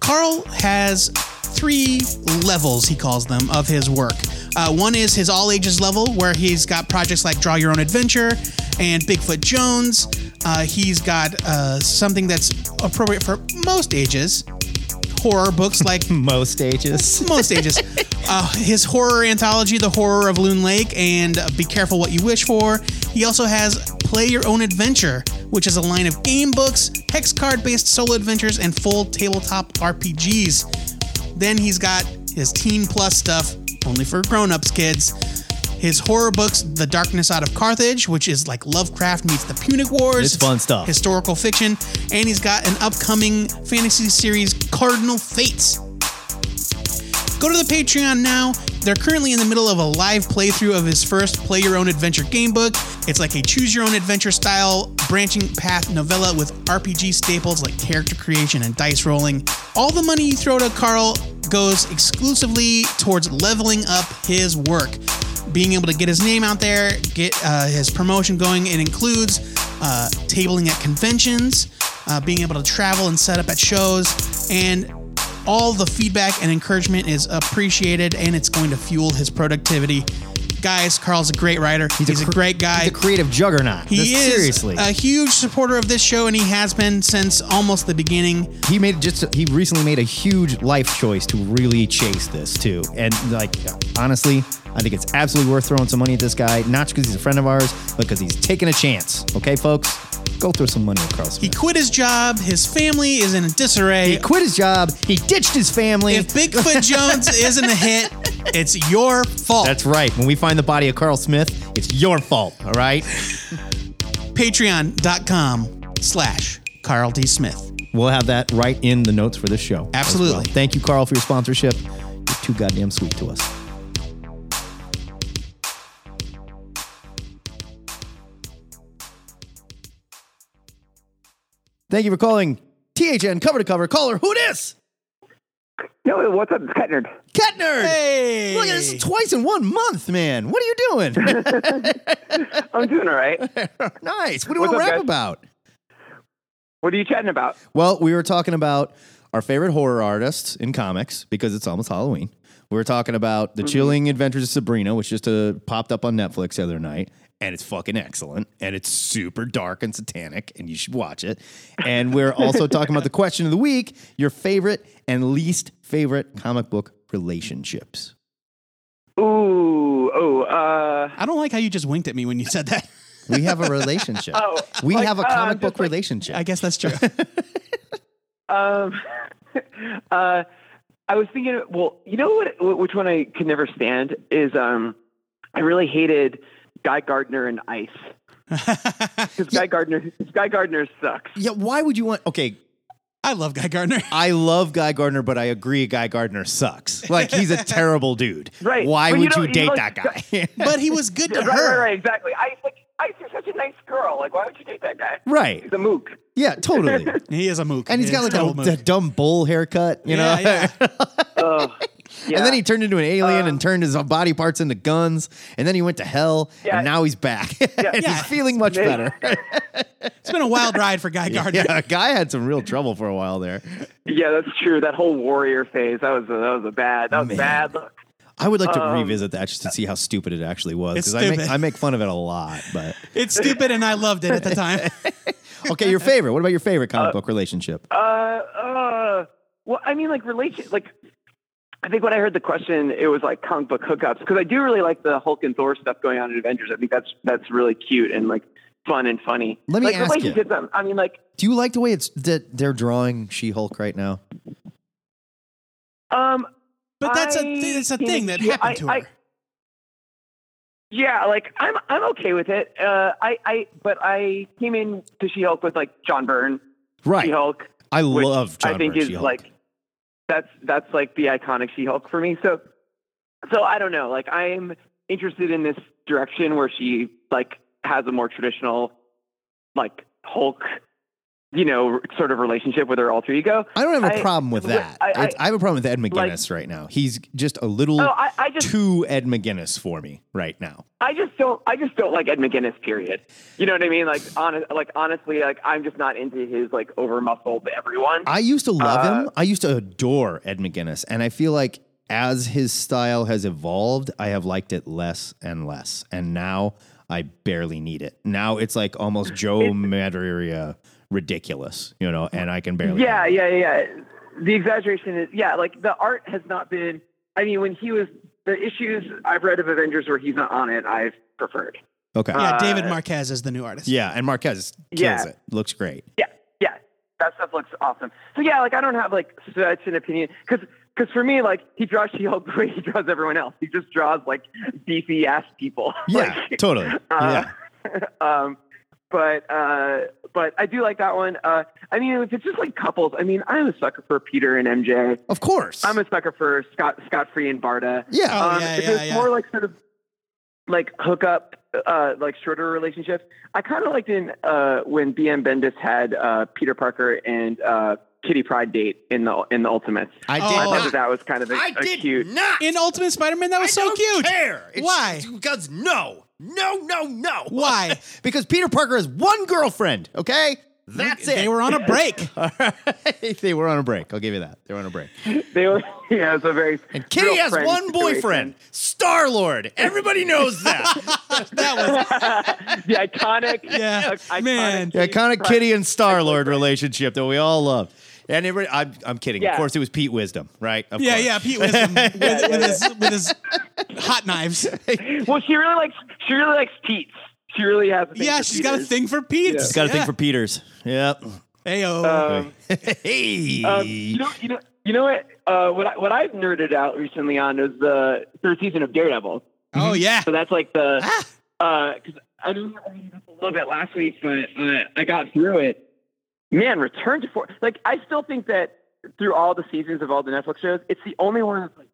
E: Carl has three levels, he calls them, of his work. Uh, one is his all ages level, where he's got projects like Draw Your Own Adventure and Bigfoot Jones. Uh, he's got uh, something that's appropriate for most ages horror books like
D: Most stages.
E: most ages. Uh, his horror anthology, The Horror of Loon Lake, and uh, Be Careful What You Wish For. He also has Play Your Own Adventure, which is a line of game books, hex card based solo adventures, and full tabletop RPGs. Then he's got his teen plus stuff, only for grown ups kids. His horror books, The Darkness Out of Carthage, which is like Lovecraft meets the Punic Wars.
D: It's fun stuff.
E: Historical fiction. And he's got an upcoming fantasy series, Cardinal Fates, Go to the Patreon now. They're currently in the middle of a live playthrough of his first Play Your Own Adventure game book. It's like a choose your own adventure style branching path novella with RPG staples like character creation and dice rolling. All the money you throw to Carl goes exclusively towards leveling up his work. Being able to get his name out there, get uh, his promotion going, it includes uh, tabling at conventions, uh, being able to travel and set up at shows, and all the feedback and encouragement is appreciated and it's going to fuel his productivity. Guys, Carl's a great writer. He's, a,
D: cr-
E: great guy.
D: He's a creative juggernaut.
E: he
D: This-
E: is
D: seriously.
E: a huge supporter of this show and he has been since almost the beginning.
D: he made just he recently made a huge life choice to really chase this too and like honestly i think it's absolutely worth throwing some money at this guy not because he's a friend of ours but because he's taking a chance okay folks go throw some money at carl
E: He
D: smith
E: quit his job, his family is in disarray.
D: he quit his job he ditched his family
E: If Bigfoot Jones isn't a hit, it's your fault.
D: that's right when we find the body of carl smith it's your fault all right
E: Patreon.com slash Carl D. Smith.
D: we'll have that right in the notes for this show as
E: Absolutely.
D: well. thank you carl for your sponsorship you're too goddamn sweet to us Thank you for calling THN cover to cover. Caller, who dis?
J: No, what's up, Kettner?
D: Kettner.
E: Hey!
D: Look, this is twice in one month, man. What are you doing?
J: I'm doing all right.
D: nice. What do you want
J: What's
D: to
J: up,
D: rap
J: guys?
D: about?
J: What are you chatting about?
D: Well, we were talking about our favorite horror artists in comics because it's almost Halloween. We were talking about The Chilling Adventures of Sabrina, which just uh, popped up on Netflix the other night. And it's fucking excellent. And it's super dark and satanic. And you should watch it. And we're also talking about the question of the week your favorite and least favorite comic book relationships.
J: Ooh, oh, uh,
E: I don't like how you just winked at me when you said that.
D: We have a relationship.
J: Oh,
D: we
J: like,
D: have a
J: uh,
D: comic
J: just
D: book
J: like-
D: relationship.
E: I guess that's true.
J: Um, uh, I was thinking, well, you know what? wh- Which one I could never stand is um, I really hated Guy Gardner and Ice because Guy Gardner, 'cause Guy Gardner sucks.
D: yeah, why would you want? Okay,
E: I love Guy Gardner.
D: I love Guy Gardner, but I agree Guy Gardner sucks. Like he's a terrible dude.
J: Right,
D: Why
J: but you
D: would you,
J: don't- you
D: date
J: don't-
D: that guy?
E: But he was good to
J: Right, right,
E: her.
J: right, exactly. Ice, like Ice is such a nice girl. Like, why would you date that guy?
D: right.
J: He's a mook.
D: Yeah, totally.
E: He is a mook.
D: And he's got
E: is
D: like
E: total
D: a,
E: mook.
D: the dumb bull haircut, you know?
E: Yeah, yeah.
J: Ugh. Yeah. Uh.
D: And then he turned into an alien and turned his body parts into guns. And then he went to hell.
J: Yeah.
D: And now he's back. and
E: Yeah.
D: he's feeling much
J: Amazing.
D: better.
E: It's been a wild ride for Guy Gardner.
D: yeah, Guy had some real trouble for a while there.
J: Yeah, that's true. That whole warrior phase, that was a, that was a bad, that was
D: Man.
J: a bad look.
D: I would like to
J: Um,
D: revisit that just to see how stupid it actually was.
E: It's
D: Because I make,
E: stupid.
D: I make fun of it a lot. But
E: It's stupid, and I loved it at the time.
D: okay, your favorite. What about your favorite comic book relationship?
J: Uh, uh, well, I mean, like relation, like I think when I heard the question, it was like comic book hookups because I do really like the Hulk and Thor stuff going on in Avengers. I think that's that's really cute and like fun and funny.
D: Let me
J: like,
D: ask you.
J: relationships, I'm- I mean, like,
D: Do you like the way it's that they're drawing She Hulk right now?
J: um,
E: But that's a
J: I
E: it's a
J: think-
E: thing that
J: yeah,
E: happened
J: I-
E: to her.
J: I- yeah, like I'm I'm okay with it. Uh, I I but I came in to She Hulk with like John Byrne,
D: Right.
J: She Hulk.
D: I
J: which
D: love John
J: I think
D: Byrne
J: is
D: She-Hulk.
J: like that's that's like the iconic She-Hulk for me. So so I don't know. Like I'm interested in this direction where she like has a more traditional like Hulk, you know, sort of relationship with her alter ego.
D: I don't have a
J: I-
D: problem with
J: wh-
D: that.
J: I- I-
D: It's- I, have a problem with Ed
J: like-
D: McGuinness right now. He's just a little
J: Oh, I, I just
D: too Ed McGuinness for me right now.
J: I just don't I just don't like Ed McGuinness. Period. You know what I mean? Like honest, like honestly, like I'm just not into his like over muscled everyone.
D: I used to love
J: Uh,
D: him. I used to adore Ed McGuinness, and I feel like as his style has evolved, I have liked it less and less. And now I barely need it. Now it's like almost Joe Madureira ridiculous, you know, and I can barely.
J: Yeah, yeah, yeah. The exaggeration is yeah, like the art has not been. I mean, when he was the issues I've read of Avengers where he's not on it, I've preferred.
D: Okay.
E: yeah, David
J: uh,
E: Marquez is the new artist.
D: yeah, and Marquez kills
J: Yeah.
D: it. Looks great.
J: Yeah, yeah, that stuff looks awesome. So yeah, like I don't have like such an opinion because because for me like he draws She Hulk the way he draws everyone else. He just draws like beefy ass people.
D: Yeah,
J: Like,
D: totally.
J: Uh,
D: yeah.
J: um, but uh, but I do like that one. Uh, I mean, if it's just like couples, I mean, I'm a sucker for Peter and MJ.
D: Of course.
J: I'm a sucker for Scott Scott Free and Barda.
D: yeah.
E: Oh,
J: um,
E: yeah,
J: if
E: yeah,
J: it's
E: yeah.
J: more like sort of like hookup, uh, like shorter relationships. I kind of liked in uh, when BM Bendis had uh, Peter Parker and uh, Kitty Pride date in the in the Ultimates.
D: I
E: Oh,
D: did
J: I
E: I
J: thought
D: not.
J: that that was kind of a,
D: I
J: a
D: did
J: cute.
D: not.
E: In Ultimate Spider-Man, that was so cute.
D: Care. It's-
E: Why?
D: Because no, no, no, no.
E: Why?
D: because Peter Parker has one girlfriend. Okay, that's it.
E: They were on a break.
D: All right. they were on a break. I'll give you that. They were on a break.
J: They were yeah, it's a very
D: And Kitty
J: real
D: has
J: friend
D: one
J: situation.
D: boyfriend, Star Lord. Everybody knows that.
E: That was
J: the iconic,
B: uh,
E: Yeah,
J: iconic
E: man.
D: the iconic
J: Pride-
D: Kitty and Star Lord relationship that we all love. And it, re- I'm, I'm kidding. Of
J: Yeah.
D: course, it was Pete Wisdom, right? Of
E: yeah,
D: course.
E: yeah. Pete Wisdom with, with his with his hot knives.
J: Well, she really likes she really likes Pete's. She really has. A thing
E: Yeah,
J: for
E: she's got a
J: Peter's.
E: thing for Pete.
D: It's got a thing for Peters. Yep.
E: Ayo.
J: Um,
D: hey.
J: Um, you know, you know, you know what? Uh, what I, what I've nerded out recently on is the third season of Daredevil.
E: oh yeah.
J: So that's like the
D: Ah.
J: because I know I read this a little bit last week, but uh, I got through it. Man, Return to Form. Like I still think that through all the seasons of all the Netflix shows, it's the only one that's like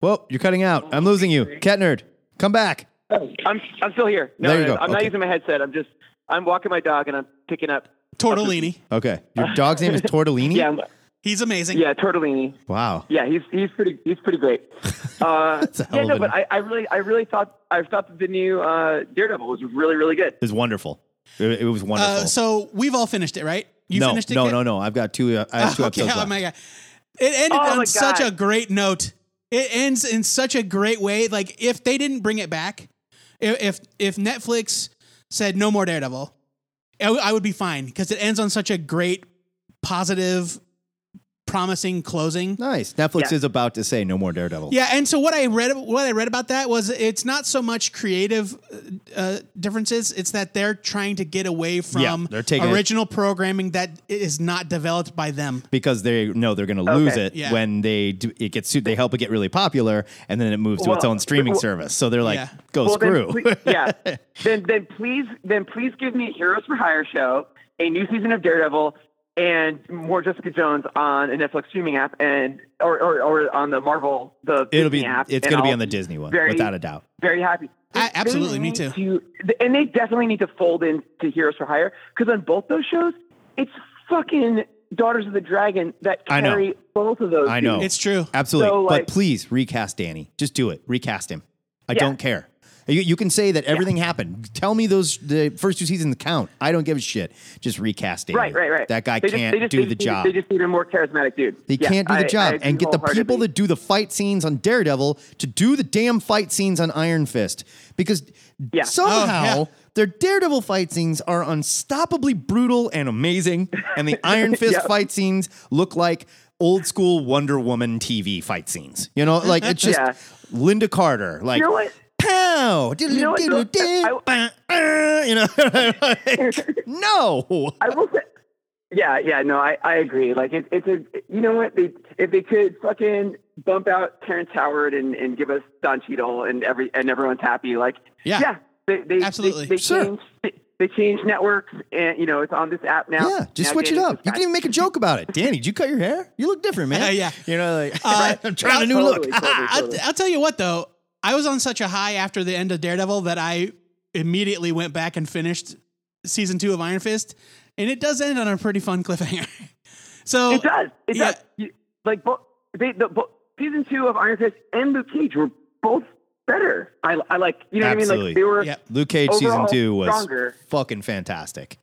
D: Whoa, you're cutting out. I'm losing you. Cat nerd, come back.
J: oh, I'm I'm still here. No,
D: There you
J: no,
D: go.
J: I'm not
D: Okay.
J: using my headset. I'm just I'm walking my dog and I'm picking up.
E: Tortellini.
D: Okay. Your dog's name is Tortellini?
J: Yeah, I'm,
E: He's amazing.
J: yeah, Tortellini.
D: Wow.
J: Yeah, he's he's pretty he's pretty great. Uh,
D: a hell
J: yeah,
D: of
J: no,
D: a-
J: but I, I really I really thought I thought that the new uh, Daredevil was really really good.
D: It's wonderful. It, it was wonderful.
E: Uh, so we've all finished it, right? You
D: no,
E: finished it?
D: no,
E: Kit?
D: no, no. I've got two, uh, I have two
E: okay,
D: episodes
E: oh
D: left.
E: my god. It ended
J: Oh my
E: on such
J: God.
E: a great note. It ends in such a great way. Like if they didn't bring it back, if if, if Netflix said no more Daredevil, I, w- I would be fine because it ends on such a great, positive, promising closing.
D: Nice. Netflix
J: Yeah.
D: is about to say no more Daredevil.
E: Yeah, and so what I read what I read about that was it's not so much creative uh, differences; it's that they're trying to get away from
D: they're taking-
E: original programming that is not developed by them.
D: Because they know they're going to lose it
E: yeah.
D: when they do, it gets they help it get really popular and then it moves to its
J: Well,
D: own streaming
J: well-
D: service. So they're like,
E: Yeah.
D: go screw.
J: Then, ple- yeah. Then then please then please give me Heroes for Hire show, a new season of Daredevil, and more Jessica Jones on a Netflix streaming app and or or, or on the Marvel the
D: It'll
J: Disney
D: be
J: app.
D: it's
J: and
D: going to be
J: I'll
D: on the Disney one
J: very-
D: without a doubt.
J: Very happy.
E: I absolutely
J: need
E: need to.
J: and they definitely need to fold into Heroes for Hire because on both those shows, it's fucking Daughters of the Dragon that
D: I know.
J: carry both of those.
D: I know.
E: It's true.
D: Absolutely.
J: So, like-
D: but please recast Danny. Just do it. Recast him. I
J: Yeah.
D: don't care. You, you can say that everything happened. Tell me those the first two seasons count. I don't give a shit. Just recast Danny.
J: Right, right, right.
D: That guy
J: They just-
D: can't
J: they just-
D: do
J: they
D: the
J: just need-
D: job.
J: They just need a more charismatic dude.
D: They
J: Yeah,
D: can't do the
J: I-
D: job.
J: I
D: and get the
J: wholeheartedly.
D: people that do the fight scenes on Daredevil to do the damn fight scenes on Iron Fist. Because
J: Yeah.
D: somehow
E: Oh, yeah.
D: their Daredevil fight scenes are unstoppably brutal and amazing. And the Iron Fist
J: Yep.
D: fight scenes look like old school Wonder Woman TV fight scenes. You know, like it's just
J: Yeah.
D: Linda Carter. Like,
J: You know what?
D: pow! You
J: know what, though?
D: You know, like, no.
J: I will say, yeah, yeah, no, I, I agree. Like it, it's a, you know what? They, if they could fucking bump out Terrence Howard and, and give us Don Cheadle and every and everyone's happy. Like
E: Yeah.
J: they, they
E: Absolutely.
J: They, they
D: Sure.
J: changed, they, they changed networks, and you know it's on this app now.
D: Yeah, just
J: Now
D: switch it
J: Danny's
D: up.
J: this
D: You
J: guy.
D: can even make a joke about it. Danny, did you cut your hair? You look different, man.
E: Yeah.
D: You know, like
E: Uh,
D: I'm trying a new
J: totally,
D: look.
J: totally,
E: I,
J: totally.
E: I'll tell you what, though, I was on such a high after the end of Daredevil that I immediately went back and finished season two of Iron Fist, and it does end on a pretty fun cliffhanger. so
J: It does. It
E: yeah.
J: does. You, like bo- they, the bo- season two of Iron Fist and Luke Cage were both better. I, I like you know what I mean.
D: Absolutely.
J: Like they were.
E: Yep.
D: Luke Cage season
J: Overall,
D: two was
J: stronger.
D: fucking fantastic.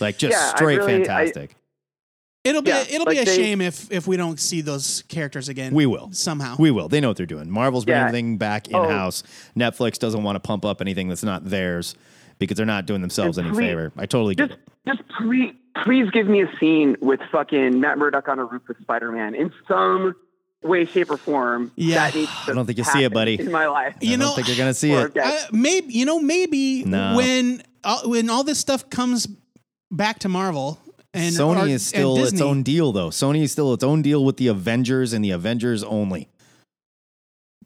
D: Like just
J: Yeah, I
D: straight
J: really-
D: fantastic.
E: it'll be
J: Yeah,
E: it'll be
J: like
E: a
J: they-
E: shame if if we don't see those characters again.
D: We will.
E: somehow.
D: we will. They know what they're doing. Marvel's bringing
J: Yeah.
D: everything back in
J: Oh.
D: house. Netflix doesn't want to pump up anything that's not theirs because they're not doing themselves any
J: Complete-
D: favor. I totally get
J: Just,
D: it.
J: just please, please give me a scene with fucking Matt Murdock on a roof with Spider Man in some way, shape, or form.
E: Yeah.
J: that needs to
D: I don't think you'll see it,
J: happen
D: buddy.
J: In my life,
D: I
E: you
D: don't
E: know,
D: think you're gonna see
J: Or
D: it.
J: that-
E: Uh, maybe you know maybe
D: No.
E: when uh, when all this stuff comes back to Marvel and
D: Sony
E: or-
D: is still
E: and
D: its
E: Disney,
D: own deal, though. Sony is still its own deal with the Avengers and the Avengers only.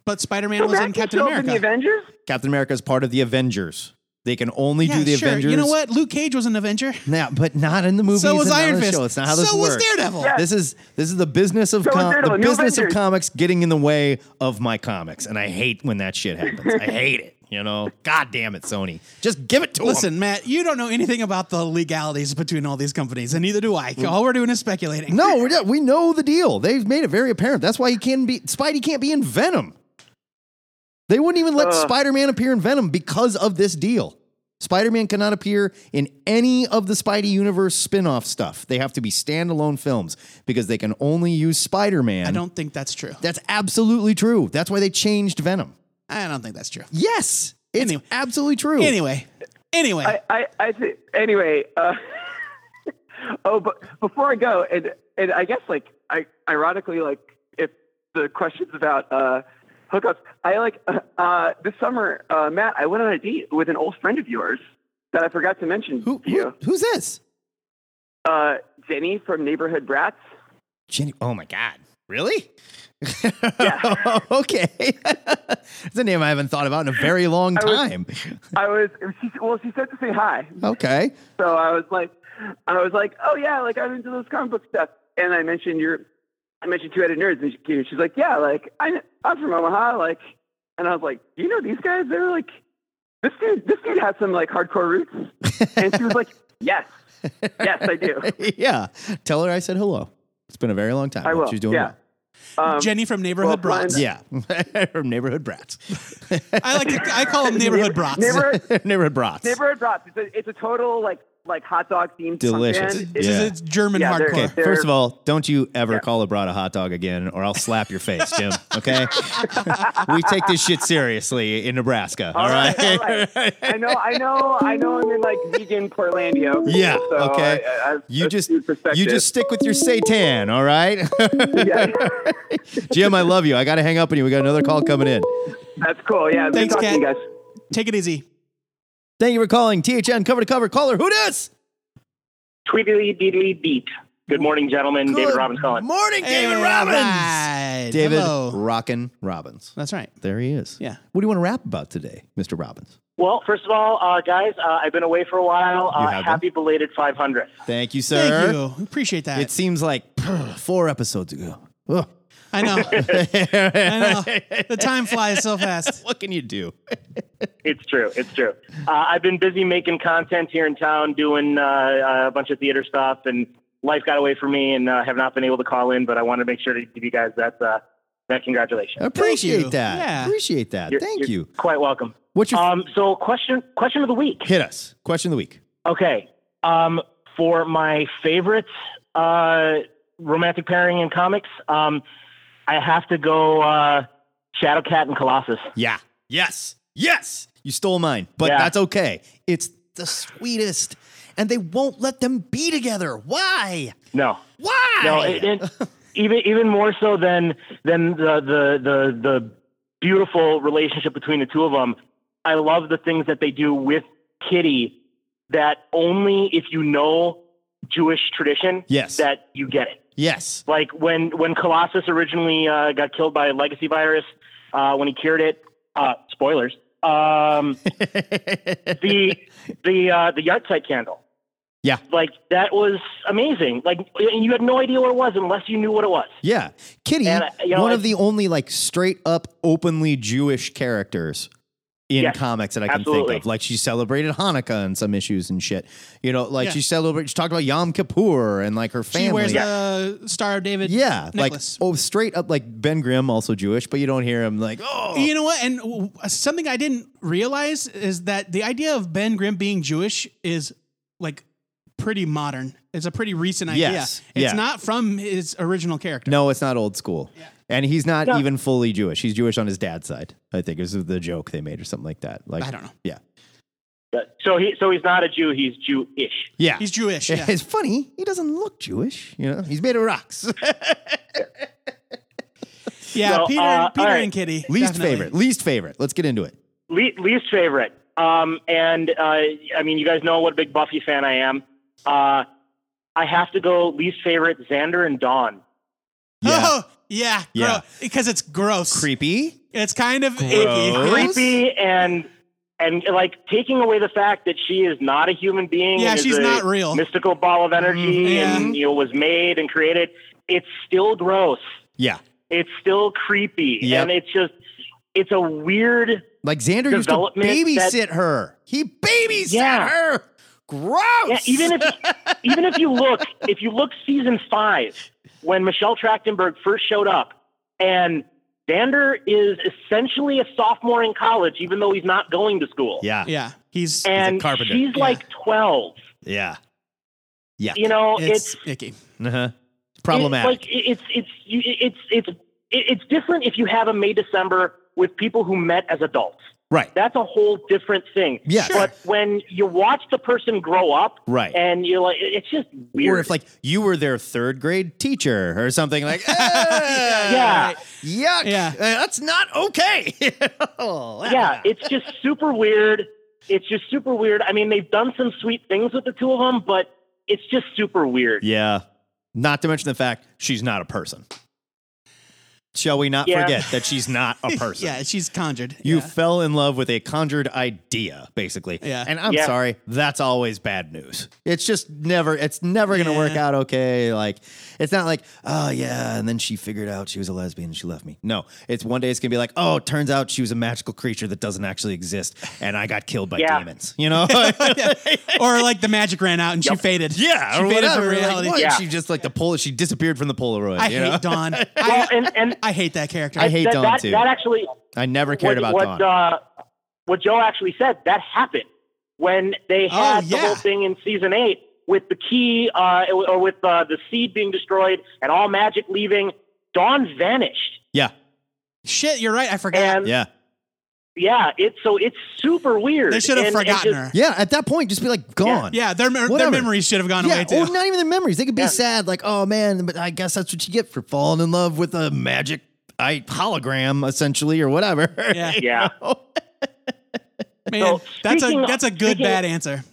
E: But Spider Man
J: So
E: was
J: Matt
E: in
J: can
E: Captain
J: show up in the
E: America.
J: Avengers.
D: Captain America is part of the Avengers. They can only
E: yeah,
D: do the
E: sure.
D: Avengers.
E: You know what? Luke Cage was an Avenger.
D: Now, but not in the movies.
E: So was
D: and not on
E: Iron
D: the
E: Fist.
D: Show. It's not how this
E: so
D: works.
E: was Daredevil.
J: Yeah.
D: This is this is the business of
J: So is
D: com- the
J: Daredevil, New
D: business of
J: Avengers.
D: comics getting in the way of my comics, and I hate when that shit happens. I hate it. You know, god damn it, Sony, just give it to 'em.
E: Listen, Matt, you don't know anything about the legalities between all these companies, and neither do I.
D: Mm.
E: All we're doing is speculating.
D: No, we're not, we know the deal. They've made it very apparent. That's why he can be Spidey can't be in Venom. They wouldn't even let
E: Uh.
D: Spider-Man appear in Venom because of this deal. Spider-Man cannot appear in any of the Spidey universe spin-off stuff. They have to be standalone films because they can only use Spider-Man.
E: I don't think that's true.
D: That's absolutely true. That's why they changed Venom.
E: I don't think that's true.
D: Yes, it's
E: Anyway.
D: absolutely true.
E: Anyway, anyway,
J: I, I, I thi- anyway. Uh, oh, but before I go, and and I guess like I ironically like if the questions about uh, hookups, I like uh, uh, this summer, uh, Matt, I went on a date with an old friend of yours that I forgot to mention
D: who,
J: to
D: who
J: you,
D: who's this?
J: uh, Jenny from Neighborhood Brats.
D: Jenny. Oh my God. Really?
J: Yeah.
D: okay. it's a name I haven't thought about in a very long
J: I was-
D: time. Oh,
J: I was she, well, she said to say hi,
D: okay.
J: so I was like, I was like, oh yeah, like I'm into those comic book stuff, and I mentioned your, I mentioned two-headed nerds, and she, she's like, yeah, like I, kn- I'm from Omaha, like, and I was like, you know these guys? They're like, this dude, this dude has some like hardcore roots, and she was like, yes, yes, I do.
D: yeah. Tell her I said hello. It's been a very long time.
J: I will.
D: She's doing
J: yeah. Um,
E: Jenny from Neighborhood
J: well,
E: Brats.
J: fine.
D: well. Yeah. From neighborhood brats.
E: I like to, I call them Neighborhood Brats.
J: Neighborhood,
D: Oh, neighborhood brats.
J: neighborhood brats. It's a, it's a total like like hot dog themed
D: Delicious.
E: This
D: Yeah.
E: is it's German
J: Yeah, they're-
E: hardcore.
D: Okay,
J: they're-
D: first of all, don't you ever call a brat a hot dog again, or I'll slap your face, Jim. Okay, we take this shit seriously in Nebraska.
J: All right, all
D: all right.
J: right. I know, I know, I know. I'm in like vegan Portlandia.
D: Yeah.
J: So
D: okay.
J: I- I- I-
D: you
J: that's
D: just
J: your perspective.
D: you just stick with your satan. All right.
J: Yeah,
D: Jim, I love you. I got to hang up on you. We got another call coming in.
J: that's cool. Yeah.
E: Thanks,
J: Thanks, talk to
E: Kat.
J: you guys.
E: Take it easy.
D: Thank you for calling THN cover to cover. Caller, who dis?
B: Tweedly deedly beat. Good morning, gentlemen. David
D: Good
B: Robbins calling.
D: Morning, David
E: Hey,
D: Robbins.
E: right.
D: David
E: Hello.
D: Rockin' Robbins.
E: That's right.
D: There he is.
E: Yeah.
D: What do you want to rap about today, Mr. Robbins?
B: Well, first of all, uh, guys, uh, I've been away for a while.
D: You
B: Uh,
D: have been.
B: happy belated 500th.
D: Thank you, sir.
E: Thank you. Appreciate that.
D: It seems like pff, four episodes ago. Ugh.
E: I know. I know. The time flies so fast.
D: what can you do?
B: It's true. It's true. Uh, I've been busy making content here in town, doing uh, uh, a bunch of theater stuff and life got away from me and uh, have not been able to call in, but I wanted to make sure to give you guys that uh, that congratulations.
E: Thank you.
D: Appreciate that.
E: Yeah.
D: Appreciate that.
B: You're-
D: Thank
B: you're
D: you.
B: Quite welcome.
D: What's your
B: Um, so question question of the week.
D: hit us? Question of the week.
B: Okay. Um, for my favorite uh, romantic pairing in comics, um, I have to go uh, Shadowcat and Colossus.
D: Yeah. Yes. Yes. You stole mine, but
B: Yeah.
D: that's okay. It's the sweetest. And they won't let them be together. Why?
B: No,
D: Why?
B: no, it, it, even even more so than than the, the the the beautiful relationship between the two of them. I love the things that they do with Kitty that only if you know Jewish tradition
D: Yes.
B: that you get it.
D: yes.
B: like when when Colossus originally uh, got killed by legacy virus, uh, when he cured it. Uh, spoilers. Um, the the uh, the yard site candle.
D: Yeah.
B: like that was amazing. Like and you had no idea what it was unless you knew what it was.
D: Yeah. Kitty,
B: And, uh, you know,
D: one of
B: it's-
D: the only like straight up openly Jewish characters in
B: Yes,
D: comics that I can
B: absolutely.
D: think of. Like she celebrated Hanukkah and some issues and shit. You know, like
E: Yeah.
D: she celebrated she talked about Yom Kippur and like her family.
E: She wears the Star of David
D: yeah,
E: necklace.
D: like oh, straight up like Ben Grimm, also Jewish, but you don't hear him like oh
E: You know what? And w- w- something I didn't realize is that the idea of Ben Grimm being Jewish is like pretty modern. It's a pretty recent idea.
D: Yes.
E: It's
D: Yeah.
E: not from his original character.
D: No, it's not old school. And he's not even fully Jewish. He's Jewish on his dad's side. I think is the joke they made or something like that. Like
E: I don't know.
D: Yeah,
B: But- So he so he's not a Jew. He's Jewish.
D: yeah.
E: He's Jewish. Yeah.
D: It's funny. He doesn't look Jewish. You know, he's made of rocks.
E: yeah
B: So,
E: Peter,
B: uh,
E: Peter
B: all right.
E: and Kitty.
D: Least
E: definitely.
D: favorite. Least favorite. Let's get into it.
B: Le- least favorite. Um, and uh, I mean, you guys know what a big Buffy fan I am. Uh, I have to go least favorite Xander and Dawn.
E: Oh,
D: Yeah.
E: yeah. Yeah. Because it's gross.
D: Creepy.
E: It's kind of
D: Gross.
E: icky.
B: creepy and and like taking away the fact that she is not a human being.
E: Yeah,
B: and is
E: she's
B: a
E: not real.
B: Mystical ball of energy,
E: Mhm.
D: Mm-hmm.
E: Yeah.
B: and you know was made and created. It's still gross.
D: Yeah.
B: It's still creepy,
D: Yep.
B: and it's just it's a weird.
D: Like Xander used to
B: Development that-
D: babysit her. He babysat
B: Yeah.
D: her. Gross.
B: Yeah, even if even if you look if you look season five when Michelle Trachtenberg first showed up, and Xander is essentially a sophomore in college, even though he's not going to school.
D: yeah. Yeah.
E: Yeah. He's,
B: And
D: carpenter.
B: she's
E: Yeah.
B: like twelve.
D: Yeah.
B: You know,
E: it's, icky.
D: Uh-huh. Problematic.
B: It, like it- it's it's you- it's it's it- it's different if you have a May December with people who met as adults.
D: right.
B: That's a whole different thing.
D: Yes. Sure.
B: But when you watch the person grow up,
D: Right.
B: and you're like, it- it's just weird.
D: Or if like you were their third grade teacher or something like "Ah,
B: yeah,
D: Yuck.
E: Yeah.
D: Uh, That's not okay. Oh,
B: yeah, it's just super weird. It's just super weird. I mean, they've done some sweet things with the two of them, but it's just super weird.
D: Yeah. Not to mention the fact she's not a person. Shall we not
B: Yeah.
D: forget that she's not a person?
E: yeah. She's conjured.
D: You
E: yeah.
D: fell in love with a conjured idea, basically.
E: Yeah.
D: And I'm
B: Yeah.
D: sorry, that's always bad news. It's just never, it's never going to
E: Yeah.
D: work out okay. Like, it's not like, oh, yeah. And then she figured out she was a lesbian and she left me. No, it's one day it's going to be like, oh, turns out she was a magical creature that doesn't actually exist. And I got killed by
B: Yeah.
D: demons, you know?
E: or like the magic ran out and she faded.
D: Yeah,
E: She
D: or
E: faded
D: whatever.
E: from
D: Like,
E: reality.
D: what?
B: Yeah.
D: She just like the pol- she disappeared from the Polaroid.
E: I
D: you know?
E: hate Dawn.
B: Well,
E: I,
B: and and
E: I hate that character.
D: I hate
B: that,
D: Dawn
B: that,
D: too.
B: that actually
D: I never cared about Dawn.
B: what, what, uh, what Joe actually said, that happened when they
E: Oh,
B: had the
E: yeah.
B: whole thing in season eight with the key uh, or with uh, the seed being destroyed and all magic leaving. Dawn vanished,
D: yeah,
E: Shit, you're right. I forgot.
B: and yeah,
D: yeah,
B: it's so it's super weird.
E: They should have
B: And- and
E: forgotten
B: just-
E: her.
D: yeah. At that point, just be like gone.
E: Yeah, their mem- their
D: Whatever.
E: memories should have gone
D: Yeah,
E: away too.
D: or not even their memories. They could be
B: Yeah.
D: sad, like, oh man, but I guess that's what you get for falling in love with a magic I, hologram, essentially, or whatever.
E: Yeah.
D: You
B: Yeah.
D: know?
E: Man,
B: So,
E: that's a
B: speaking of-
E: that's a good
B: speaking-
E: bad answer.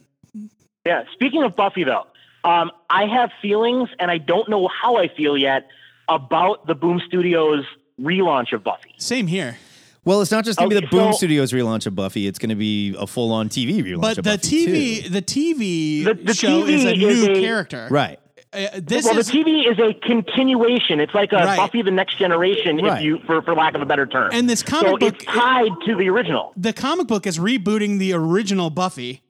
B: Yeah. Speaking of Buffy, though, um, I have feelings, and I don't know how I feel yet about the Boom Studios relaunch of Buffy.
E: Same here.
D: Well, it's not just gonna be
B: Okay,
D: the Boom
B: so-
D: Studios relaunch of Buffy. It's gonna be a full-on TV relaunch.
E: But
D: of
E: the
D: Buffy,
E: TV,
D: too.
E: the TV
B: The- the
E: show
B: TV
E: is a
B: is
E: new
B: a-
E: character.
D: right?
E: Uh, this
B: well,
E: is
B: the TV is a continuation. It's like a
E: Right.
B: Buffy the Next Generation,
D: Right.
B: if you, for, for lack of a better term.
E: And this comic
B: so
E: book-
B: it's tied to the original
E: the comic book is rebooting the original Buffy,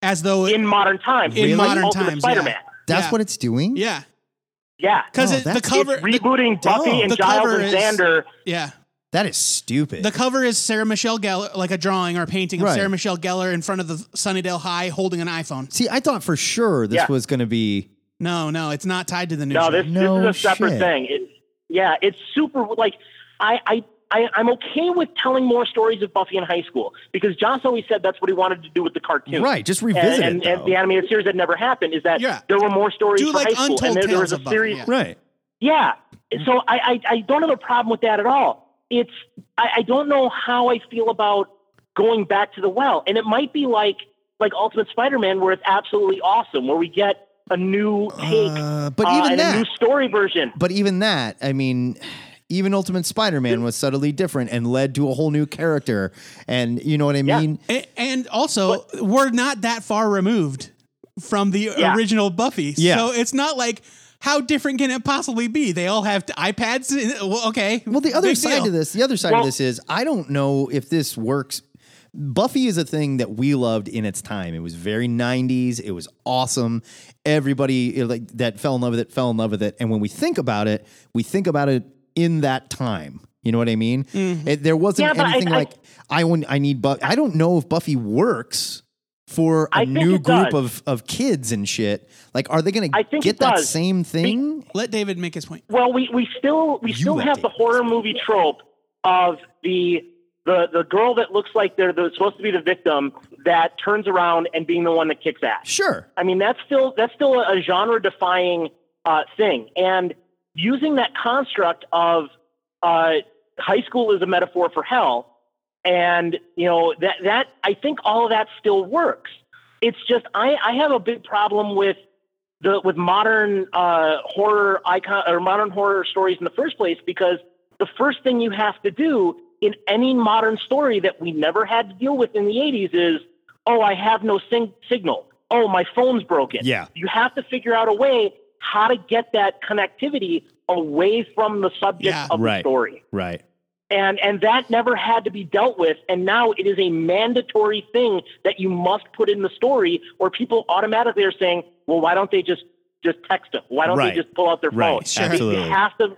E: as though it,
B: in modern times.
E: In modern
B: Ultimate
E: times, yeah.
B: Spider-Man.
D: That's
E: Yeah.
D: what it's doing.
E: Yeah,
B: Yeah.
E: because
D: Oh,
E: the
D: that's-
E: cover.
B: it's rebooting Buffy and
E: the
B: Giles
E: cover
B: and
E: is-
B: Xander.
E: yeah,
D: That is stupid.
E: the cover is Sarah Michelle Gellar, like a drawing or painting of
D: Right.
E: Sarah Michelle Gellar in front of the Sunnydale High holding an iPhone.
D: See, I thought for sure this
B: Yeah.
D: was going to be.
E: No, no, it's not tied to the new
B: No,
E: show.
B: this
D: No
B: this is a separate
D: shit.
B: thing. It, yeah, it's super. Like, I, I, I, I'm okay with telling more stories of Buffy in high school because Joss always said that's what he wanted to do with the cartoon.
D: Right, just
B: And,
D: revisit it,
B: and, and
D: though.
B: the animated series that never happened is that
E: Yeah.
B: there were more stories
E: Do
B: for
E: like
B: high school,
E: Untold
B: and there, there
E: Tales
B: was a
E: of Buffy,
B: series.
E: yeah.
D: Right.
B: Yeah. So I, I, I don't have a problem with that at all. It's I, I don't know how I feel about going back to the well. And it might be like like Ultimate Spider Man where it's absolutely awesome, where we get a new take
D: Uh, but
B: uh,
D: even
B: and
D: that-
B: a new story version.
D: But even that, I mean, even Ultimate Spider Man
B: Hmm.
D: was subtly different and led to a whole new character. And you know what I
B: Yeah.
D: mean?
E: A- and also, we're not that far removed from the
B: Yeah.
E: original Buffy.
D: Yeah.
E: So it's not like how different can it possibly be? They all have iPads. in- Well, okay.
D: Well, the other
E: Big
D: side
E: deal.
D: to this, the other side of
B: Well-
D: this is I don't know if this works. Buffy is a thing that we loved in its time. It was very 90s. It was awesome. Everybody uh, like that fell in love with it, fell in love with it. And when we think about it, we think about it in that time. You know what I mean? It, there wasn't
B: Mm-hmm. Yeah, but I-
D: anything
B: I-
D: like I, wouldn't- I need Buffy. I don't know if Buffy works for a
B: I think
D: new
B: it
D: group
B: does.
D: of, of kids and shit. Like, are they going
B: I
D: to
B: think
D: get
B: it
D: that
B: does.
D: same thing?
E: Let David make his point.
B: Well, we, we still we
D: You
B: still
D: like
B: have the
D: David
B: horror movie trope of the the the girl that looks like they're the, supposed to be the victim that turns around and being the one that kicks ass.
D: sure.
B: I mean, that's still that's still a genre defying uh, thing. And using that construct of uh, high school is a metaphor for hell, and you know that that I think all of that still works. It's just I, I have a big problem with the with modern uh, horror icon or modern horror stories in the first place because the first thing you have to do in any modern story that we never had to deal with in the 80s is oh i have no sing- signal oh my phone's broken
D: Yeah.
B: you have to figure out a way how to get that connectivity away from the subject
E: Yeah,
B: of
D: right.
B: the story
D: Right.
B: and and that never had to be dealt with and now it is a mandatory thing that you must put in the story or people automatically are saying well why don't they just just text them why don't
D: Right.
B: they just pull out their
D: Right.
B: phone
D: Sure.
B: They-
D: Absolutely.
B: you have to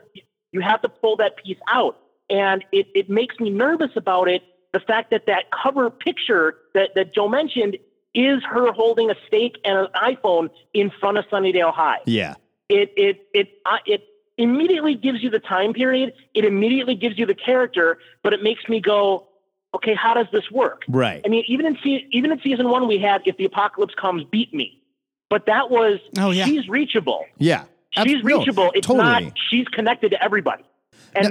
B: you have to pull that piece out and it, it makes me nervous about it the fact that that cover picture that, that joe mentioned is her holding a stake and an iphone in front of sunnydale high
D: Yeah.
B: it it it uh, it immediately gives you the time period. It immediately gives you the character, but it makes me go, okay, how does this work?
D: Right.
B: I mean, even in se- even in season one, we had if the apocalypse comes, beat me, but that was
E: Oh, yeah.
B: she's reachable.
D: Yeah. Ab-
B: She's
D: no,
B: reachable. it's not she's connected to everybody, and